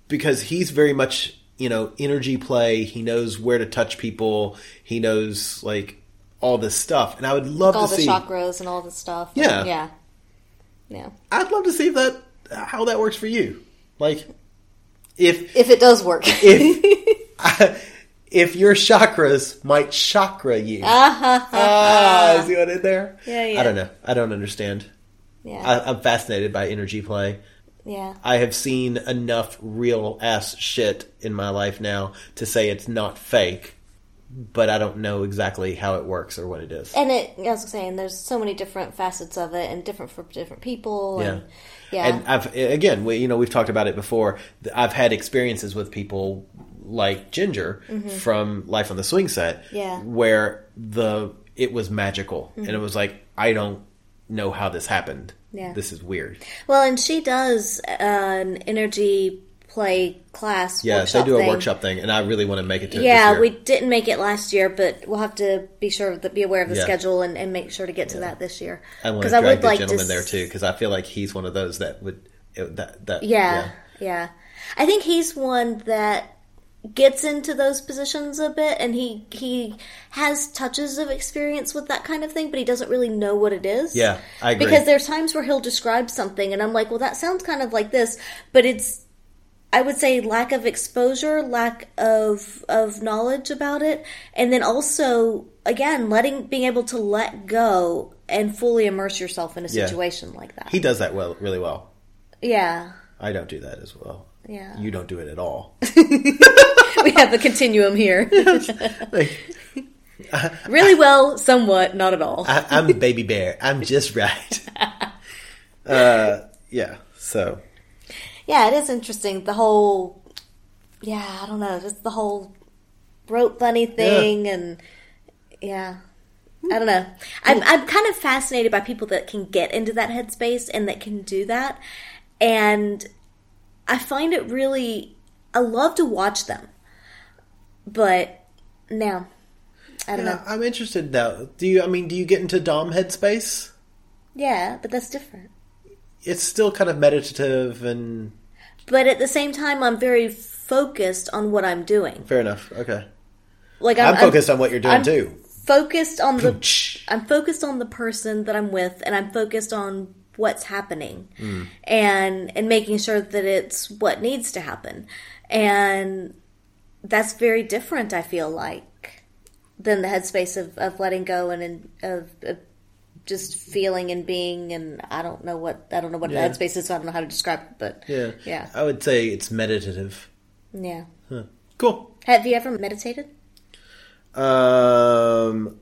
Speaker 4: because he's very much you know energy play. He knows where to touch people. He knows like all this stuff, and I would love
Speaker 5: all
Speaker 4: to
Speaker 5: the
Speaker 4: see.
Speaker 5: chakras and all the stuff.
Speaker 4: Yeah.
Speaker 5: yeah, yeah.
Speaker 4: I'd love to see if that how that works for you. Like if
Speaker 5: If it does work,
Speaker 4: if if your chakras might chakra you. ah, see what in there?
Speaker 5: Yeah, yeah.
Speaker 4: I don't know. I don't understand.
Speaker 5: yeah,
Speaker 4: I, I'm fascinated by energy play.
Speaker 5: yeah.
Speaker 4: I have seen enough real ass shit in my life now to say it's not fake, but I don't know exactly how it works or what it is.
Speaker 5: And it, I was saying, there's so many different facets of it, and different for different people. And, yeah,
Speaker 4: And I've again, we, you know, we've talked about it before. Th- I've had experiences with people like Ginger from Life on the Swing Set,
Speaker 5: Mm-hmm. Yeah. Mm-hmm.
Speaker 4: where the it was magical, and it was like I don't know how this happened.
Speaker 5: Yeah.
Speaker 4: This is weird.
Speaker 5: Well, and she does an energy play class.
Speaker 4: Yeah,
Speaker 5: workshop
Speaker 4: they do a
Speaker 5: thing.
Speaker 4: workshop thing, and I really want to make it to. it this
Speaker 5: Yeah,
Speaker 4: year.
Speaker 5: we didn't make it last year, but we'll have to be sure that be aware of the
Speaker 4: Yeah.
Speaker 5: schedule and, and make sure to get to that this year.
Speaker 4: I want to
Speaker 5: 'Cause
Speaker 4: drag the
Speaker 5: to
Speaker 4: gentleman there
Speaker 5: s-
Speaker 4: too because I feel like he's one of those that would it- that that
Speaker 5: Yeah, yeah, I think he's one that gets into those positions a bit, and he he has touches of experience with that kind of thing, but he doesn't really know what it is.
Speaker 4: Yeah, I agree.
Speaker 5: Because there's times where he'll describe something, and I'm like, well, that sounds kind of like this, but it's, I would say, lack of exposure, lack of of knowledge about it, and then also again, letting being able to let go and fully immerse yourself in a
Speaker 4: Yeah.
Speaker 5: situation like that.
Speaker 4: he does that well really well.
Speaker 5: yeah,
Speaker 4: I don't do that as well.
Speaker 5: yeah.
Speaker 4: You don't do it at all.
Speaker 5: we have a continuum here. really well, somewhat, not at all.
Speaker 4: I, I'm baby bear. I'm just right. uh, yeah. So
Speaker 5: Yeah, it is interesting. The whole, yeah, I don't know, just the whole rope bunny thing, and yeah, I don't know. I'm I'm kind of fascinated by people that can get into that headspace and that can do that, and I find it really. I love to watch them, but now I don't know.
Speaker 4: I'm interested now. Do you? I mean, do you get into dom headspace?
Speaker 5: Yeah, but that's different.
Speaker 4: It's still kind of meditative and
Speaker 5: but at the same time i'm very focused on what i'm doing
Speaker 4: fair enough. Okay.
Speaker 5: like
Speaker 4: I'm, focused on what you're doing
Speaker 5: Um, I'm
Speaker 4: too.
Speaker 5: focused on the i'm focused on the person that i'm with and i'm focused on what's happening
Speaker 4: Hmm.
Speaker 5: and and making sure that it's what needs to happen and that's very different i feel like than the headspace of, of letting go and, and of, of just feeling and being and i don't know what i don't know what
Speaker 4: Yeah.
Speaker 5: the headspace is so i don't know how to describe it but
Speaker 4: Yeah.
Speaker 5: yeah
Speaker 4: I would say it's meditative.
Speaker 5: yeah
Speaker 4: Cool.
Speaker 5: have you ever meditated
Speaker 4: Um,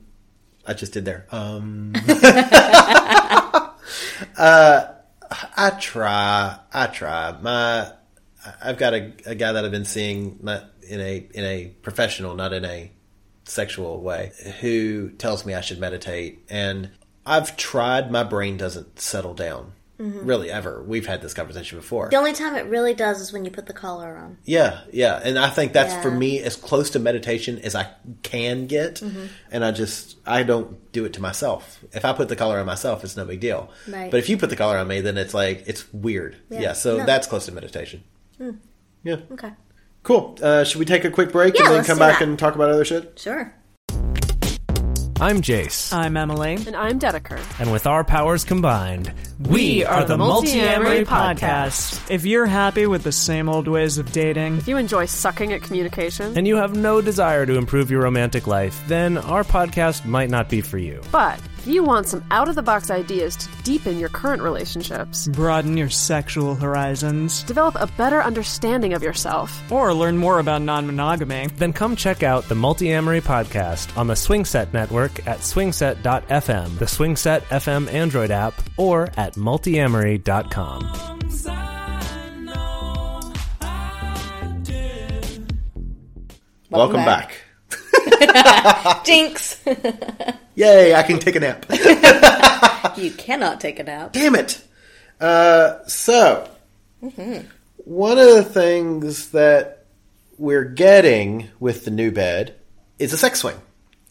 Speaker 4: I just did there. Um, uh, I try. I try. My, I've got a, a guy that I've been seeing not in a in a professional, not in a sexual way, who tells me I should meditate, and I've tried. My brain doesn't settle down. Really, ever. We've had this conversation before.
Speaker 5: The only time it really does is when you put the collar on.
Speaker 4: Yeah, yeah, and I think that's for
Speaker 5: Yeah.
Speaker 4: me as close to meditation as I can get,
Speaker 5: Mm-hmm.
Speaker 4: and I just I don't do it to myself. If I put the collar on myself, it's no big deal.
Speaker 5: Right.
Speaker 4: But if you put the collar on me, then it's like it's weird. Yeah, so
Speaker 5: No. Hmm.
Speaker 4: that's close to meditation. Yeah,
Speaker 5: Okay.
Speaker 4: cool. Uh, should we take a quick break
Speaker 5: Yeah,
Speaker 4: and then
Speaker 5: let's
Speaker 4: come
Speaker 5: do
Speaker 4: back
Speaker 5: that.
Speaker 4: and talk about other shit?
Speaker 5: Sure.
Speaker 7: I'm Jace.
Speaker 8: I'm Emily.
Speaker 9: And I'm Dedeker.
Speaker 7: And with our powers combined, we, are, the Multi Amory Podcast.
Speaker 8: If you're happy with the same old ways of dating,
Speaker 9: If you enjoy sucking at communication,
Speaker 7: And you have no desire to improve your romantic life, then our podcast might not be for you.
Speaker 9: but if you want some out of the box ideas to deepen your current relationships,
Speaker 8: broaden your sexual horizons,
Speaker 9: develop a better understanding of yourself,
Speaker 8: or learn more about non monogamy,
Speaker 7: Then come check out the Multi Amory Podcast on the Swingset Network at swingset.fm, the Swingset FM Android app, or at multiamory.com.
Speaker 4: Welcome,
Speaker 5: Welcome
Speaker 4: back.
Speaker 5: Jinx!
Speaker 4: Yay, I can take a nap.
Speaker 5: you cannot take it out.
Speaker 4: Damn it. Uh, so, one of the things that we're getting with the new bed is a sex swing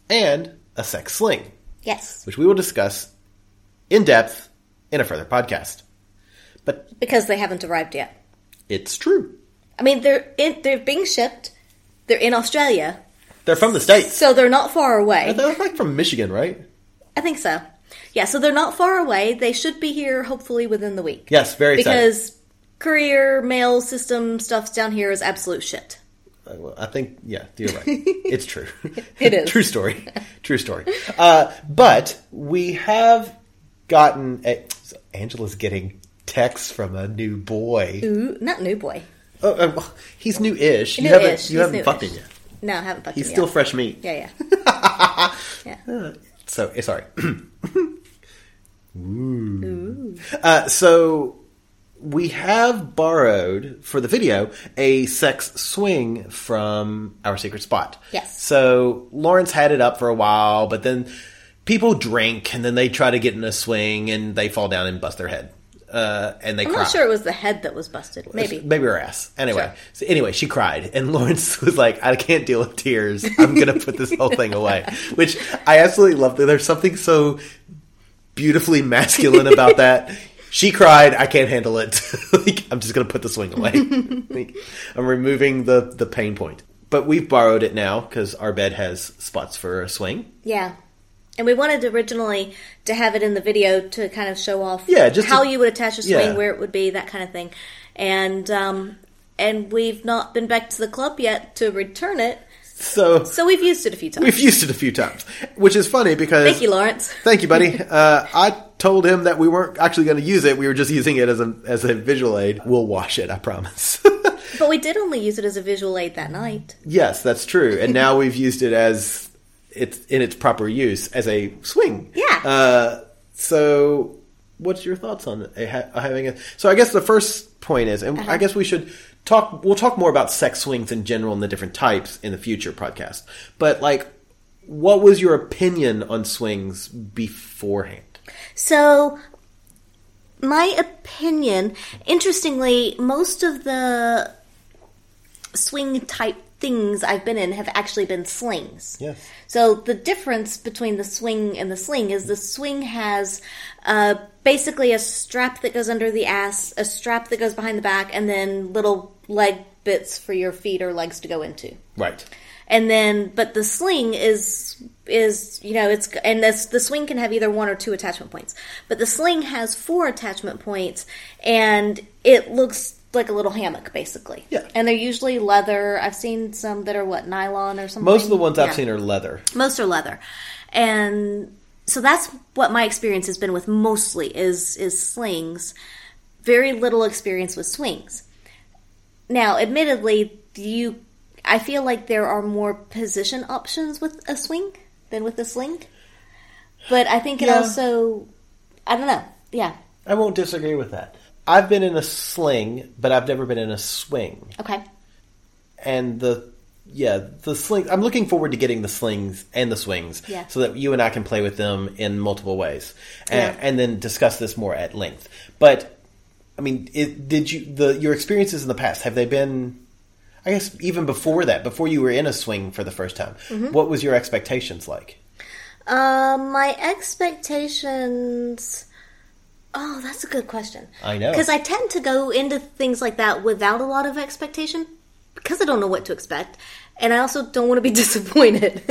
Speaker 4: and a sex sling,
Speaker 5: Yes,
Speaker 4: which we will discuss in depth in a further podcast. But
Speaker 5: because they haven't arrived yet.
Speaker 4: it's true.
Speaker 5: I mean, they're in, they're being shipped. They're in Australia,
Speaker 4: They're from the States.
Speaker 5: so they're not far away.
Speaker 4: They're like from Michigan, right?
Speaker 5: I think so. Yeah, so they're not far away. They should be here hopefully within the week.
Speaker 4: Yes, very excited.
Speaker 5: because courier mail system stuff down here is absolute shit.
Speaker 4: Uh, Well, I think, yeah, you're right. it's true.
Speaker 5: It is.
Speaker 4: true story. True story. Uh, but we have gotten. A, Angela's getting texts from a new boy.
Speaker 5: Ooh, not new boy.
Speaker 4: Oh, uh, well, he's new-ish. You
Speaker 5: New-ish.
Speaker 4: haven't
Speaker 5: He's
Speaker 4: you haven't
Speaker 5: new-ish.
Speaker 4: fucked him yet.
Speaker 5: No, I haven't fucked
Speaker 4: He's
Speaker 5: him
Speaker 4: still
Speaker 5: yet.
Speaker 4: fresh meat.
Speaker 5: Yeah, yeah.
Speaker 4: So eh, sorry. Uh, so we have borrowed for the video a sex swing from our secret spot.
Speaker 5: Yes.
Speaker 4: So Lawrence had it up for a while, but then people drink and then they try to get in a swing and they fall down and bust their head. Uh, and they
Speaker 5: I'm
Speaker 4: cry.
Speaker 5: not sure it was the head that was busted. Maybe.
Speaker 4: Maybe her ass. Anyway, so anyway, she cried, and Lawrence was like, "I can't deal with tears. I'm gonna put this whole thing away." Which I absolutely love. There's something so beautifully masculine about that. She cried. I can't handle it. like, I'm just gonna put the swing away. Like, I'm removing the the pain point. But we've borrowed it now because our bed has spots for a swing.
Speaker 5: Yeah. And we wanted originally to have it in the video to kind of show off
Speaker 4: Yeah, just
Speaker 5: how
Speaker 4: to-
Speaker 5: you would attach a swing,
Speaker 4: yeah.
Speaker 5: where it would be, that kind of thing. And um, and we've not been back to the club yet to return it,
Speaker 4: So
Speaker 5: so we've used it a few times.
Speaker 4: we've used it a few times, which is funny because
Speaker 5: Thank you, Lawrence.
Speaker 4: Thank you, buddy. Uh, I told him that we weren't actually going to use it. We were just using it as a as a visual aid. We'll wash it, I promise.
Speaker 5: But we did only use it as a visual aid that night.
Speaker 4: yes, that's true. And now we've used it as it's in its proper use as a swing.
Speaker 5: Yeah.
Speaker 4: Uh, so, what's your thoughts on a- ha- having a? So, I guess the first point is, and I guess we should talk. We'll talk more about sex swings in general and the different types in the future podcast. But like, what was your opinion on swings beforehand?
Speaker 5: So, my opinion, interestingly, most of the swing type things I've been in have actually been slings.
Speaker 4: Yes.
Speaker 5: So, the difference between the swing and the sling is the swing has uh, basically a strap that goes under the ass, a strap that goes behind the back, and then little leg bits for your feet or legs to go into
Speaker 4: Right.
Speaker 5: and then but the sling is is you know it's and this the swing can have either one or two attachment points but the sling has four attachment points and it looks like a little hammock basically
Speaker 4: Yeah.
Speaker 5: and they're usually leather i've seen some that are what nylon or something
Speaker 4: Most of the ones I've
Speaker 5: Yeah.
Speaker 4: seen are leather.
Speaker 5: most are leather and so that's what my experience has been with mostly is is slings very little experience with swings now admittedly you i feel like there are more position options with a swing than with a sling but i think it
Speaker 4: Yeah.
Speaker 5: also i don't know yeah
Speaker 4: I won't disagree with that. I've been in a sling, but I've never been in a swing.
Speaker 5: okay
Speaker 4: And the yeah, the sling I'm looking forward to getting the slings and the swings
Speaker 5: Yeah.
Speaker 4: so that you and I can play with them in multiple ways. And,
Speaker 5: Yeah.
Speaker 4: and then discuss this more at length. But I mean, it, did you the your experiences in the past have they been I guess even before that, before you were in a swing for the first time,
Speaker 5: Mm-hmm.
Speaker 4: what was your expectations like?
Speaker 5: Um, my expectations. Oh, that's a good question.
Speaker 4: I know.
Speaker 5: because I tend to go into things like that without a lot of expectation because I don't know what to expect, and I also don't want to be disappointed.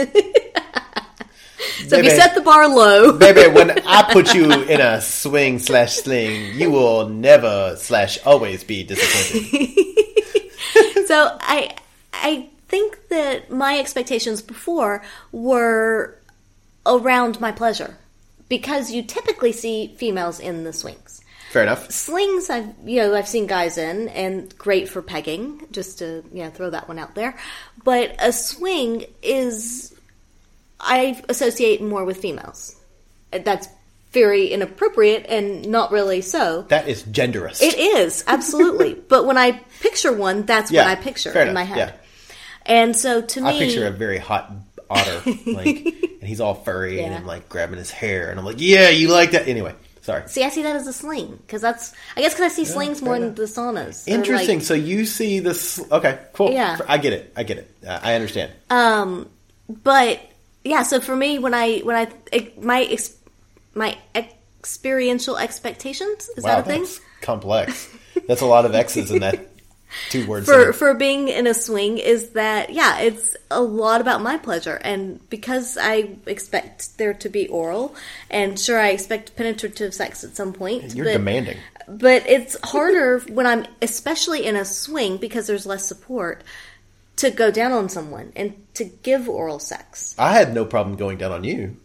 Speaker 5: So if
Speaker 4: Baby.
Speaker 5: you set the bar low,
Speaker 4: Baby, when I put you in a swing slash sling, you will never slash always be disappointed.
Speaker 5: so I I think that my expectations before were around my pleasure because you typically see females in the swings.
Speaker 4: Fair enough.
Speaker 5: Slings, I've you know I've seen guys in, and great for pegging. Just to you know throw that one out there, but a swing is I associate more with females. That's very inappropriate and not really so.
Speaker 4: That is genderous.
Speaker 5: It is absolutely, but when I picture one, that's
Speaker 4: Yeah,
Speaker 5: what I picture
Speaker 4: fair
Speaker 5: in my
Speaker 4: enough,
Speaker 5: head. And so to me,
Speaker 4: I picture a very hot otter, like, and he's all furry and
Speaker 5: Yeah.
Speaker 4: I'm like grabbing his hair, and I'm like, yeah, you like that. Anyway, sorry.
Speaker 5: see, I see that as a sling because that's I guess because I see slings more than the saunas. Or, like,
Speaker 4: Interesting. so you see this? Okay, cool.
Speaker 5: Yeah.
Speaker 4: I get it. I get it. Uh, I understand.
Speaker 5: um but yeah so for me when i when i it- my ex, my experiential expectations is that a thing
Speaker 4: that's complex. That's a lot of X's in that two words.
Speaker 5: for for being in a swing is that yeah it's a lot about my pleasure and because i expect there to be oral and sure i expect penetrative sex at some point
Speaker 4: You're
Speaker 5: but-
Speaker 4: demanding.
Speaker 5: but it's harder when i'm especially in a swing because there's less support to go down on someone and to give oral sex
Speaker 4: I had no problem going down on you.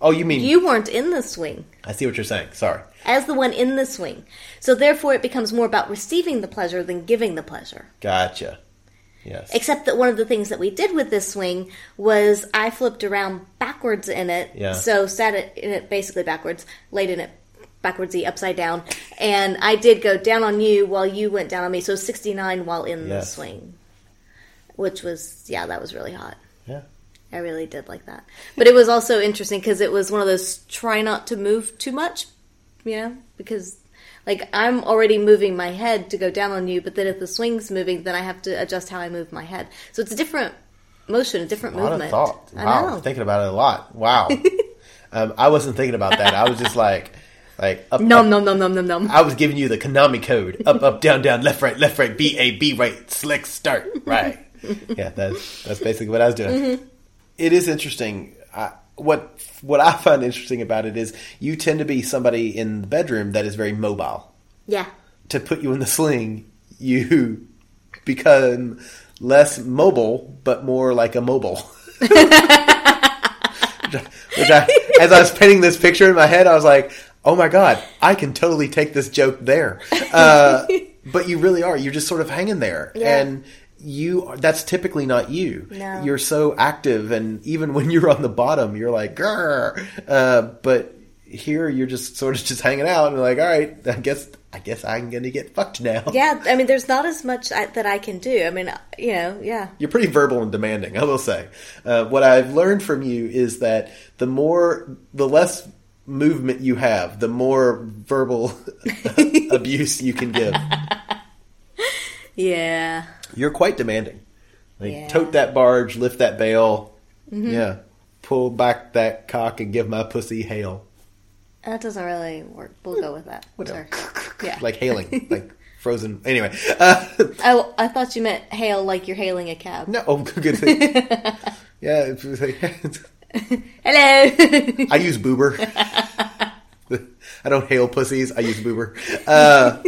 Speaker 4: Oh, you mean
Speaker 5: you weren't in the swing
Speaker 4: I see what you're saying. Sorry.
Speaker 5: as the one in the swing. So therefore, it becomes more about receiving the pleasure than giving the pleasure.
Speaker 4: Gotcha. Yes.
Speaker 5: Except that one of the things that we did with this swing was I flipped around backwards in it.
Speaker 4: Yeah.
Speaker 5: So sat it in it basically backwards, laid in it backwardsy, upside down, and I did go down on you while you went down on me. So sixty nine while in the
Speaker 4: Yes.
Speaker 5: swing, which was yeah, that was really hot.
Speaker 4: yeah.
Speaker 5: I really did like that. But it was also interesting because it was one of those try not to move too much, you know, because like I'm already moving my head to go down on you, but then if the swing's moving, then I have to adjust how I move my head. So it's a different motion, a different
Speaker 4: A lot of
Speaker 5: movement.
Speaker 4: thought.
Speaker 5: I
Speaker 4: Wow.
Speaker 5: know.
Speaker 4: Thinking about it a lot. Wow. um, I wasn't thinking about that. I was just like, like up,
Speaker 5: Nom
Speaker 4: up-
Speaker 5: nom nom nom nom nom.
Speaker 4: I was giving you the Konami code: up, up, down, down, left, right, left, right, B, A, B, right, select, start, right. yeah, that's that's basically what I was doing.
Speaker 5: Mm-hmm.
Speaker 4: It is interesting. I, what what I find interesting about it is you tend to be somebody in the bedroom that is very mobile.
Speaker 5: Yeah.
Speaker 4: To put you in the sling, you become less mobile, but more like a mobile. Which I, as I was painting this picture in my head, I was like, "Oh my god, I can totally take this joke there." Uh, but you really are. You're just sort of hanging there,
Speaker 5: Yeah.
Speaker 4: and you are, that's typically not you.
Speaker 5: No.
Speaker 4: You're so active, and even when you're on the bottom, you're like, "Grr," uh, but here you're just sort of just hanging out, and like, "All right, I guess I guess I'm gonna get fucked now."
Speaker 5: Yeah, I mean, there's not as much I, that I can do. I mean, you know, yeah.
Speaker 4: you're pretty verbal and demanding, I will say. Uh, what I've learned from you is that the more, the less movement you have, the more verbal abuse you can give.
Speaker 5: Yeah.
Speaker 4: You're quite demanding. Like
Speaker 5: Yeah. Mm-hmm.
Speaker 4: tote that barge, lift that bale, yeah, pull back that cock and give my pussy hail,
Speaker 5: That doesn't really work. We'll go with that.
Speaker 4: Whatever.
Speaker 5: Sorry. Yeah.
Speaker 4: like hailing, like frozen. Anyway, Uh,
Speaker 5: I, Oh, I thought you meant hail like you're hailing a cab.
Speaker 4: no, oh, good thing. yeah, it's like-
Speaker 5: Hello.
Speaker 4: I use boober. I don't hail pussies. I use boober. Uh,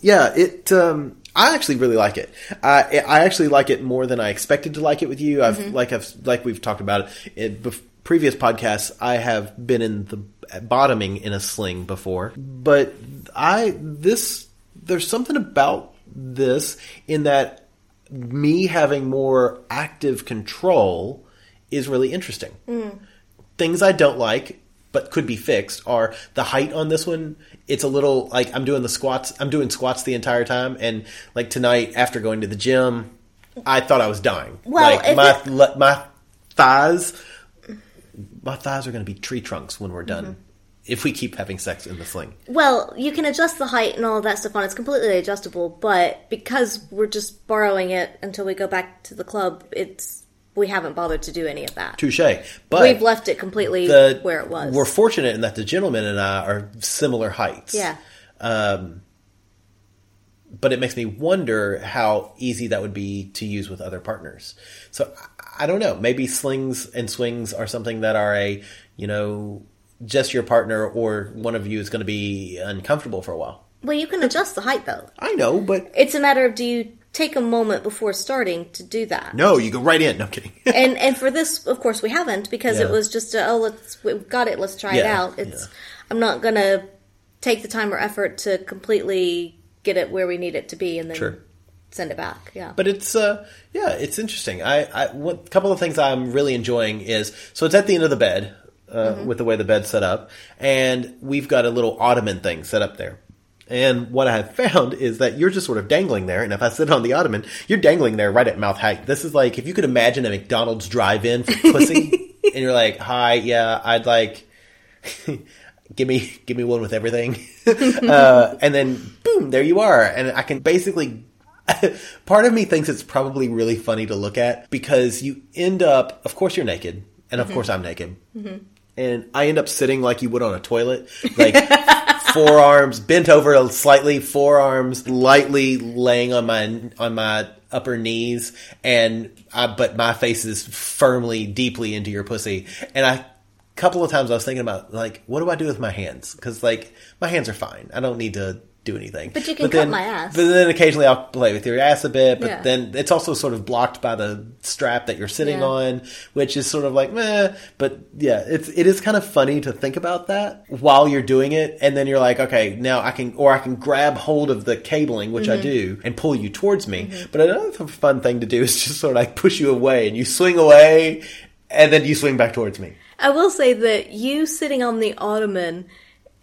Speaker 4: yeah, it. Um, I actually really like it. I I actually like it more than I expected to like it with you. I've like I've like we've talked about it in bef- previous podcasts. I have been in the bottoming in a sling before, but I this there's something about this in that me having more active control is really interesting things I don't like but could be fixed are the height on this one. It's a little like I'm doing the squats. I'm doing squats the entire time, and like tonight after going to the gym, I thought I was dying.
Speaker 5: Well,
Speaker 4: like
Speaker 5: if
Speaker 4: my
Speaker 5: it-
Speaker 4: le- my thighs, my thighs are going to be tree trunks when we're done. If we keep having sex in the sling,
Speaker 5: Well, you can adjust the height and all of that stuff on. it. It's completely adjustable, but because we're just borrowing it until we go back to the club, it's we haven't bothered to do any of that.
Speaker 4: touche. But
Speaker 5: We've left it completely
Speaker 4: the-
Speaker 5: where it was.
Speaker 4: We're fortunate in that the gentleman and I are similar heights.
Speaker 5: yeah.
Speaker 4: Um, but it makes me wonder how easy that would be to use with other partners. So I- I don't know. Maybe slings and swings are something that are a, you know, just your partner or one of you is going to be uncomfortable for a while.
Speaker 5: Well, you can adjust the height though.
Speaker 4: I know, but
Speaker 5: It's a matter of do you take a moment before starting to do that?
Speaker 4: no, you go right in. No, I'm kidding.
Speaker 5: and and for this, of course, we haven't because it
Speaker 4: Yeah.
Speaker 5: was just a, oh, let's we got it, let's try it
Speaker 4: Yeah,
Speaker 5: out. It's I'm not gonna take the time or effort to completely get it where we need it to be and then
Speaker 4: Sure.
Speaker 5: send it back. Yeah,
Speaker 4: But it's uh, yeah, it's interesting. I, I one couple of things I'm really enjoying is so it's at the end of the bed uh, with the way the bed's set up, and we've got a little ottoman thing set up there. And what I have found is that you're just sort of dangling there, and if I sit on the ottoman, you're dangling there right at mouth height. This is like if you could imagine a McDonald's drive-in for pussy, and you're like, "Hi, yeah, I'd like." give me give me one with everything uh, and then boom there you are and i can basically part of me thinks it's probably really funny to look at because you end up of course you're naked and of course i'm naked and i end up sitting like you would on a toilet like forearms bent over slightly forearms lightly laying on my on my upper knees and i but my face is firmly deeply into your pussy and i couple of times I was thinking about like, what do I do with my hands? Because like my hands are fine. I don't need to do anything.
Speaker 5: But you can cut
Speaker 4: then,
Speaker 5: my ass.
Speaker 4: But then occasionally I'll play with your ass a bit. But
Speaker 5: Yeah.
Speaker 4: then it's also sort of blocked by the strap that you're sitting
Speaker 5: Yeah.
Speaker 4: on, which is sort of like meh. But yeah, it's it is kind of funny to think about that while you're doing it, and then you're like, okay, now I can or I can grab hold of the cabling, which
Speaker 5: Mm-hmm.
Speaker 4: I do, and pull you towards me. But another th- fun thing to do is just sort of like push you away, and you swing away. And then you swing back towards me.
Speaker 5: I will say that you sitting on the ottoman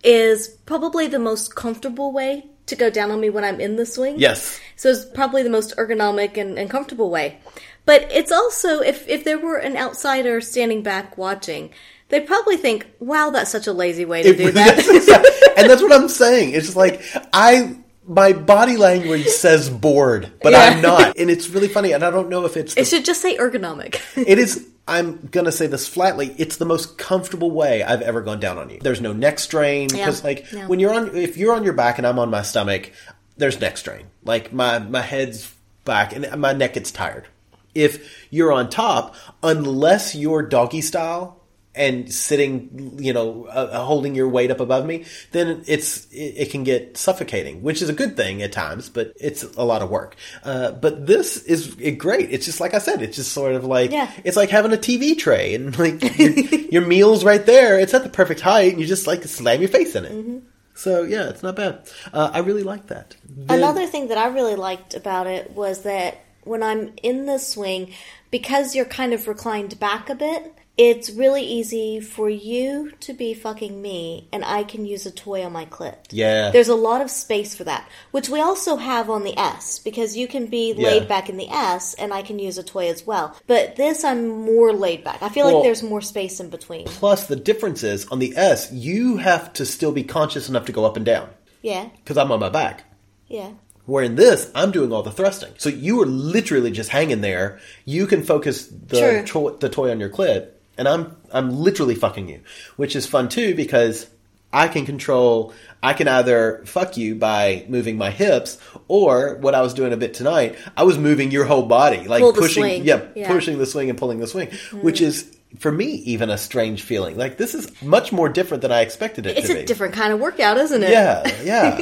Speaker 5: is probably the most comfortable way to go down on me when I'm in the swing.
Speaker 4: Yes.
Speaker 5: So it's probably the most ergonomic and, and comfortable way. But it's also, if, if there were an outsider standing back watching, they'd probably think, wow, that's such a lazy way to do that.
Speaker 4: and that's what I'm saying. It's just like I my body language says bored, but I'm not. And it's really funny and I don't know if it's the,
Speaker 5: it should just say ergonomic.
Speaker 4: it is I'm gonna say this flatly. It's the most comfortable way I've ever gone down on you. There's no neck strain because, like,
Speaker 5: No.
Speaker 4: when you're on, if you're on your back and I'm on my stomach, there's neck strain. Like my my head's back and my neck gets tired. If you're on top, unless you're doggy style and sitting, you know, uh, holding your weight up above me, then it's it, it can get suffocating, which is a good thing at times, but it's a lot of work. Uh, but this is eh, great. It's just like I said. It's just sort of like
Speaker 5: Yeah.
Speaker 4: it's like having a TV tray and like your, your meal's right there. It's at the perfect height, and you just like slam your face in
Speaker 5: Mm-hmm.
Speaker 4: it. So yeah, it's not bad. Uh, I really like that. The-
Speaker 5: Another thing that I really liked about it was that when I'm in the swing, because you're kind of reclined back a bit, it's really easy for you to be fucking me, and I can use a toy on my clit.
Speaker 4: yeah,
Speaker 5: There's a lot of space for that, which we also have on the S because you can be
Speaker 4: Yeah.
Speaker 5: laid back in the S and I can use a toy as well. But this, I'm more laid back. I feel
Speaker 4: Well-
Speaker 5: like there's more space in between.
Speaker 4: plus the difference is on the S, you have to still be conscious enough to go up and down
Speaker 5: Yeah,
Speaker 4: because I'm on my back.
Speaker 5: yeah.
Speaker 4: Where in this, I'm doing all the thrusting. So you are literally just hanging there. You can focus the
Speaker 5: True.
Speaker 4: to- the toy on your clip, and I'm I'm literally fucking you, which is fun too because I can control. I can either fuck you by moving my hips, or what I was doing a bit tonight. I was moving your whole body, like
Speaker 5: Pull the
Speaker 4: pushing,
Speaker 5: swing.
Speaker 4: Yeah,
Speaker 5: Yeah. Hmm.
Speaker 4: pushing the swing and pulling the swing, which is for me even a strange feeling. Like this is much more different than I expected it
Speaker 5: It's
Speaker 4: to
Speaker 5: a
Speaker 4: be.
Speaker 5: different kind of workout, isn't it?
Speaker 4: yeah, um, yeah.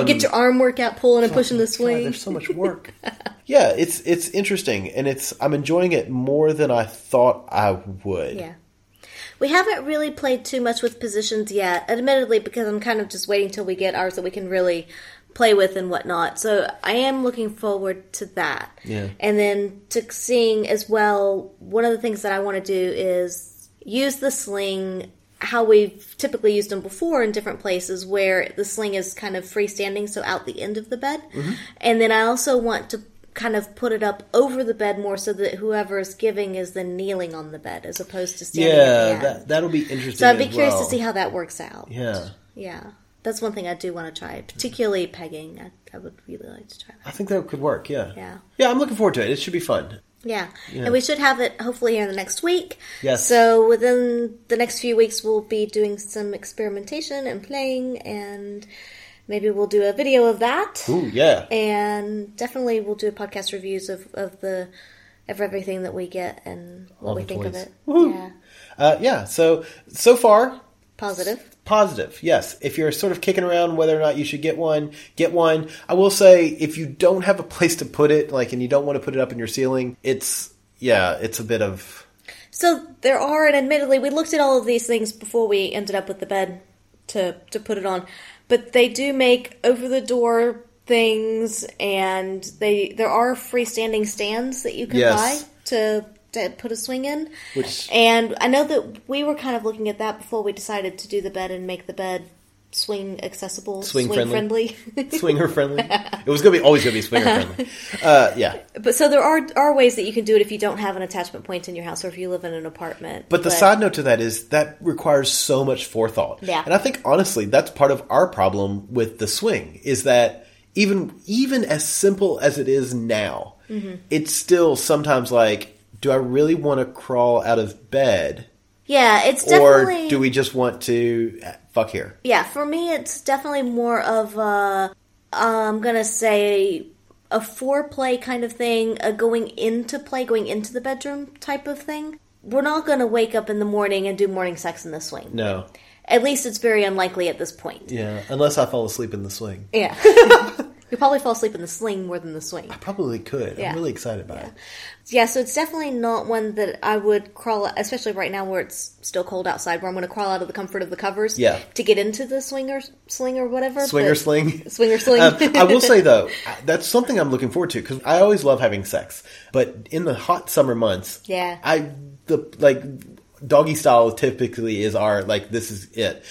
Speaker 5: you get your arm workout pulling and pushing the
Speaker 4: God,
Speaker 5: swing.
Speaker 4: there's so much work. yeah, it's it's interesting, and it's I'm enjoying it more than I thought I would.
Speaker 5: Yeah. We haven't really played too much with positions yet, admittedly, because I'm kind of just waiting till we get ours that we can really play with and whatnot. So I am looking forward to that.
Speaker 4: Yeah.
Speaker 5: And then to seeing as well, one of the things that I want to do is use the sling how we've typically used them before in different places where the sling is kind of freestanding, so out the end of the bed. And then I also want to kind of put it up over the bed more so that whoever is giving is then kneeling on the bed as opposed to standing. at
Speaker 4: yeah,
Speaker 5: the end.
Speaker 4: that that'll be interesting.
Speaker 5: so I'd be
Speaker 4: as
Speaker 5: curious
Speaker 4: well.
Speaker 5: to see how that works out.
Speaker 4: Yeah,
Speaker 5: Yeah. That's one thing I do want to try, particularly pegging. I, I would really like to try that.
Speaker 4: I think that could work. Yeah,
Speaker 5: Yeah.
Speaker 4: yeah. I'm looking forward to it. It should be fun.
Speaker 5: Yeah. And we should have it hopefully here in the next week.
Speaker 4: Yes.
Speaker 5: So within the next few weeks, we'll be doing some experimentation and playing, and maybe we'll do a video of that.
Speaker 4: Ooh, yeah.
Speaker 5: And definitely we'll do podcast reviews of, of the of everything that we get and what
Speaker 4: All
Speaker 5: we
Speaker 4: the
Speaker 5: think of
Speaker 4: toys.
Speaker 5: it.
Speaker 4: Woohoo.
Speaker 5: Yeah,
Speaker 4: Uh, yeah. So so far,
Speaker 5: positive.
Speaker 4: Positive, yes. If you're sort of kicking around whether or not you should get one, get one. I will say, if you don't have a place to put it, like, and you don't want to put it up in your ceiling, it's, yeah, it's a bit of,
Speaker 5: So there are, and admittedly, we looked at all of these things before we ended up with the bed to to put it on. But they do make over the door things, and they there are freestanding stands that you can
Speaker 4: Yes.
Speaker 5: buy to, to put a swing in.
Speaker 4: which,
Speaker 5: And I know that we were kind of looking at that before we decided to do the bed and make the bed swing accessible,
Speaker 4: Swing
Speaker 5: swing,
Speaker 4: friendly.
Speaker 5: friendly.
Speaker 4: swinger friendly. it was going to be, always going to be swinger friendly. Uh, yeah.
Speaker 5: But so there are are ways that you can do it if you don't have an attachment point in your house or if you live in an apartment.
Speaker 4: But the side note to that is that requires so much forethought.
Speaker 5: Yeah.
Speaker 4: And I think honestly, that's part of our problem with the swing is that even even as simple as it is now,
Speaker 5: Mm-hmm.
Speaker 4: it's still sometimes like, do I really want to crawl out of bed,
Speaker 5: yeah, it's
Speaker 4: or
Speaker 5: definitely
Speaker 4: do we just want to eh, fuck here?
Speaker 5: yeah. For me, it's definitely more of a I'm gonna say a foreplay kind of thing, a going into play, going into the bedroom type of thing. We're not gonna wake up in the morning and do morning sex in the swing.
Speaker 4: No.
Speaker 5: At least it's very unlikely at this point.
Speaker 4: Yeah. Unless I fall asleep in the swing,
Speaker 5: Yeah. you probably fall asleep in the sling more than the swing.
Speaker 4: probably could.
Speaker 5: Yeah.
Speaker 4: I'm really excited about it.
Speaker 5: Yeah, so it's definitely not one that I would crawl, especially right now where it's still cold outside, where I'm going to crawl out of the comfort of the covers
Speaker 4: Yeah.
Speaker 5: to get into the swinger sling or whatever.
Speaker 4: Swinger
Speaker 5: but-
Speaker 4: sling.
Speaker 5: Swinger sling.
Speaker 4: Um, I will say though, I- that's something I'm looking forward to because I always love having sex, but in the hot summer months,
Speaker 5: Yeah.
Speaker 4: I the like doggy style typically is our like this is it.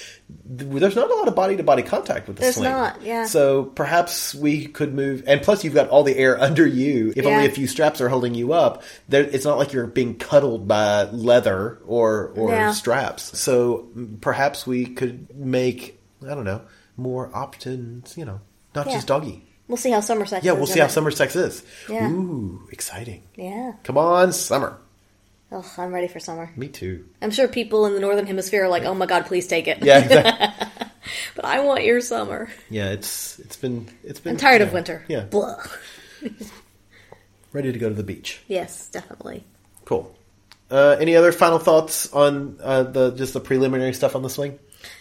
Speaker 4: Th- There's not a lot of body to body contact with the
Speaker 5: There's
Speaker 4: sling.
Speaker 5: not, yeah.
Speaker 4: So perhaps we could move, and plus you've got all the air under you. If
Speaker 5: Yeah.
Speaker 4: only a few straps are holding you up, there, it's not like you're being cuddled by leather or or
Speaker 5: Yeah.
Speaker 4: straps. So m- perhaps we could make I don't know more options. You know, not
Speaker 5: Yeah.
Speaker 4: just doggy.
Speaker 5: we'll see how summer sex
Speaker 4: Yeah,
Speaker 5: is,
Speaker 4: we'll see
Speaker 5: isn't
Speaker 4: how
Speaker 5: it?
Speaker 4: summer sex is.
Speaker 5: Yeah.
Speaker 4: Ooh, exciting!
Speaker 5: Yeah.
Speaker 4: Come on, summer.
Speaker 5: Ugh, I'm ready for summer.
Speaker 4: Me too.
Speaker 5: I'm sure people in the northern hemisphere are like, oh my god, please take it.
Speaker 4: Yeah, exactly.
Speaker 5: but I want your summer.
Speaker 4: yeah. It's it's been it's been.
Speaker 5: I'm tired of
Speaker 4: yeah,
Speaker 5: winter.
Speaker 4: Yeah,
Speaker 5: Blah.
Speaker 4: ready to go to the beach.
Speaker 5: Yes, definitely.
Speaker 4: Cool. Uh, any other final thoughts on uh, the just the preliminary stuff on the swing?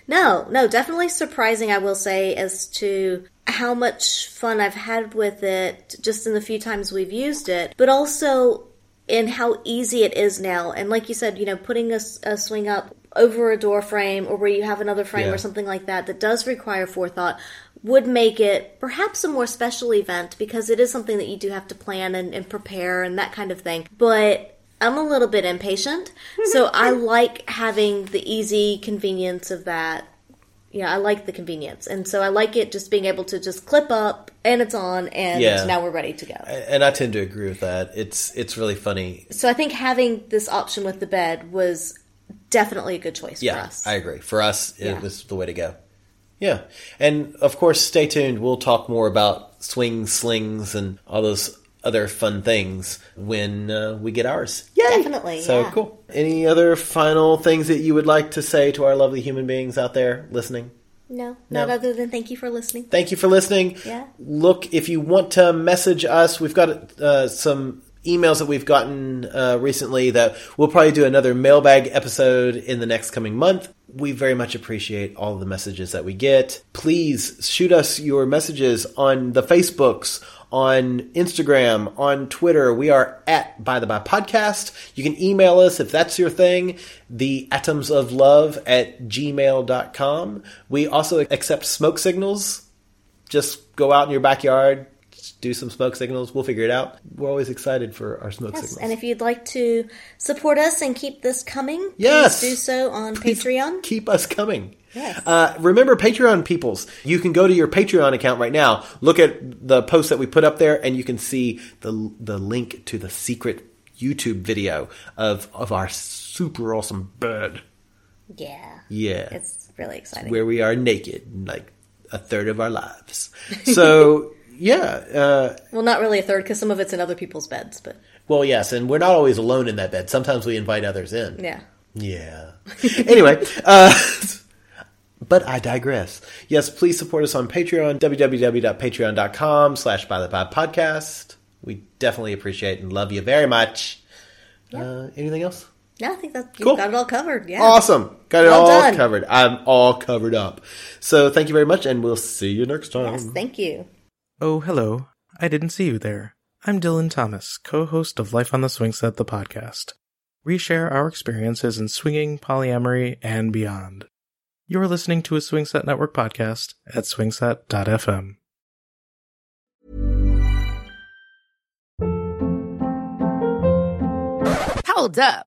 Speaker 5: No, no, definitely surprising, I will say, as to how much fun I've had with it just in the few times we've used it, but also in how easy it is now. And like you said, you know, putting a, s- a swing up over a door frame or where you have another frame
Speaker 4: Yeah.
Speaker 5: or something like that that does require forethought would make it perhaps a more special event because it is something that you do have to plan and, and prepare and that kind of thing. But I'm a little bit impatient, so I like having the easy convenience of that. Yeah, I like the convenience, and so I like it just being able to just clip up and it's on, and
Speaker 4: Yeah.
Speaker 5: now we're ready to go.
Speaker 4: And I tend to agree with that. It's it's really funny.
Speaker 5: So I think having this option with the bed was definitely a good choice for
Speaker 4: Yeah,
Speaker 5: us.
Speaker 4: I agree. For us, it
Speaker 5: Yeah.
Speaker 4: was the way to go. Yeah, and of course, stay tuned. We'll talk more about swings, slings, and all those other fun things when uh, we get ours. Yay!
Speaker 5: Definitely,
Speaker 4: So
Speaker 5: yeah.
Speaker 4: cool. Any other final things that you would like to say to our lovely human beings out there listening?
Speaker 5: no, not other than thank you for listening.
Speaker 4: Thank you for listening.
Speaker 5: Yeah.
Speaker 4: Look, if you want to message us, we've got uh, some emails that we've gotten uh, recently that we'll probably do another mailbag episode in the next coming month. We very much appreciate all the messages that we get. Please shoot us your messages on the Facebooks, on Instagram, on Twitter. We are at By the By Podcast. You can email us if that's your thing, the atoms of love at gmail.com. We also accept smoke signals just go out in your backyard, do some smoke signals. We'll figure it out. We're always excited for our smoke
Speaker 5: Yes,
Speaker 4: signals.
Speaker 5: and if you'd like to support us and keep this coming,
Speaker 4: Yes.
Speaker 5: please do so on
Speaker 4: Please
Speaker 5: Patreon.
Speaker 4: Keep us coming.
Speaker 5: Yes.
Speaker 4: Uh, remember, Patreon peoples, you can go to your Patreon account right now, look at the post that we put up there, and you can see the the link to the secret YouTube video of of our super awesome bed.
Speaker 5: Yeah,
Speaker 4: Yeah,
Speaker 5: it's really exciting.
Speaker 4: where we are naked, in, like a third of our lives. So yeah, uh,
Speaker 5: Well, not really a third because some of it's in other people's beds, but
Speaker 4: well, yes, and we're not always alone in that bed. Sometimes we invite others in.
Speaker 5: yeah.
Speaker 4: Yeah. anyway, uh, but I digress. Yes, please support us on Patreon, www.patreon.com slash by the pod podcast. We definitely appreciate and love you very much. Uh, anything else?
Speaker 5: No, I think that you
Speaker 4: Cool.
Speaker 5: got it all covered. Yeah.
Speaker 4: Awesome. Got it
Speaker 5: Well
Speaker 4: all
Speaker 5: done.
Speaker 4: covered. I'm all covered up. So thank you very much, and we'll see you next time.
Speaker 5: Yes, thank you.
Speaker 7: Oh, hello. I didn't see you there. I'm Dylan Thomas, co host of Life on the Swing Set, the podcast. We share our experiences in swinging, polyamory, and beyond. You're listening to a Swing Set Network podcast at swingset.fm.
Speaker 6: Hold up.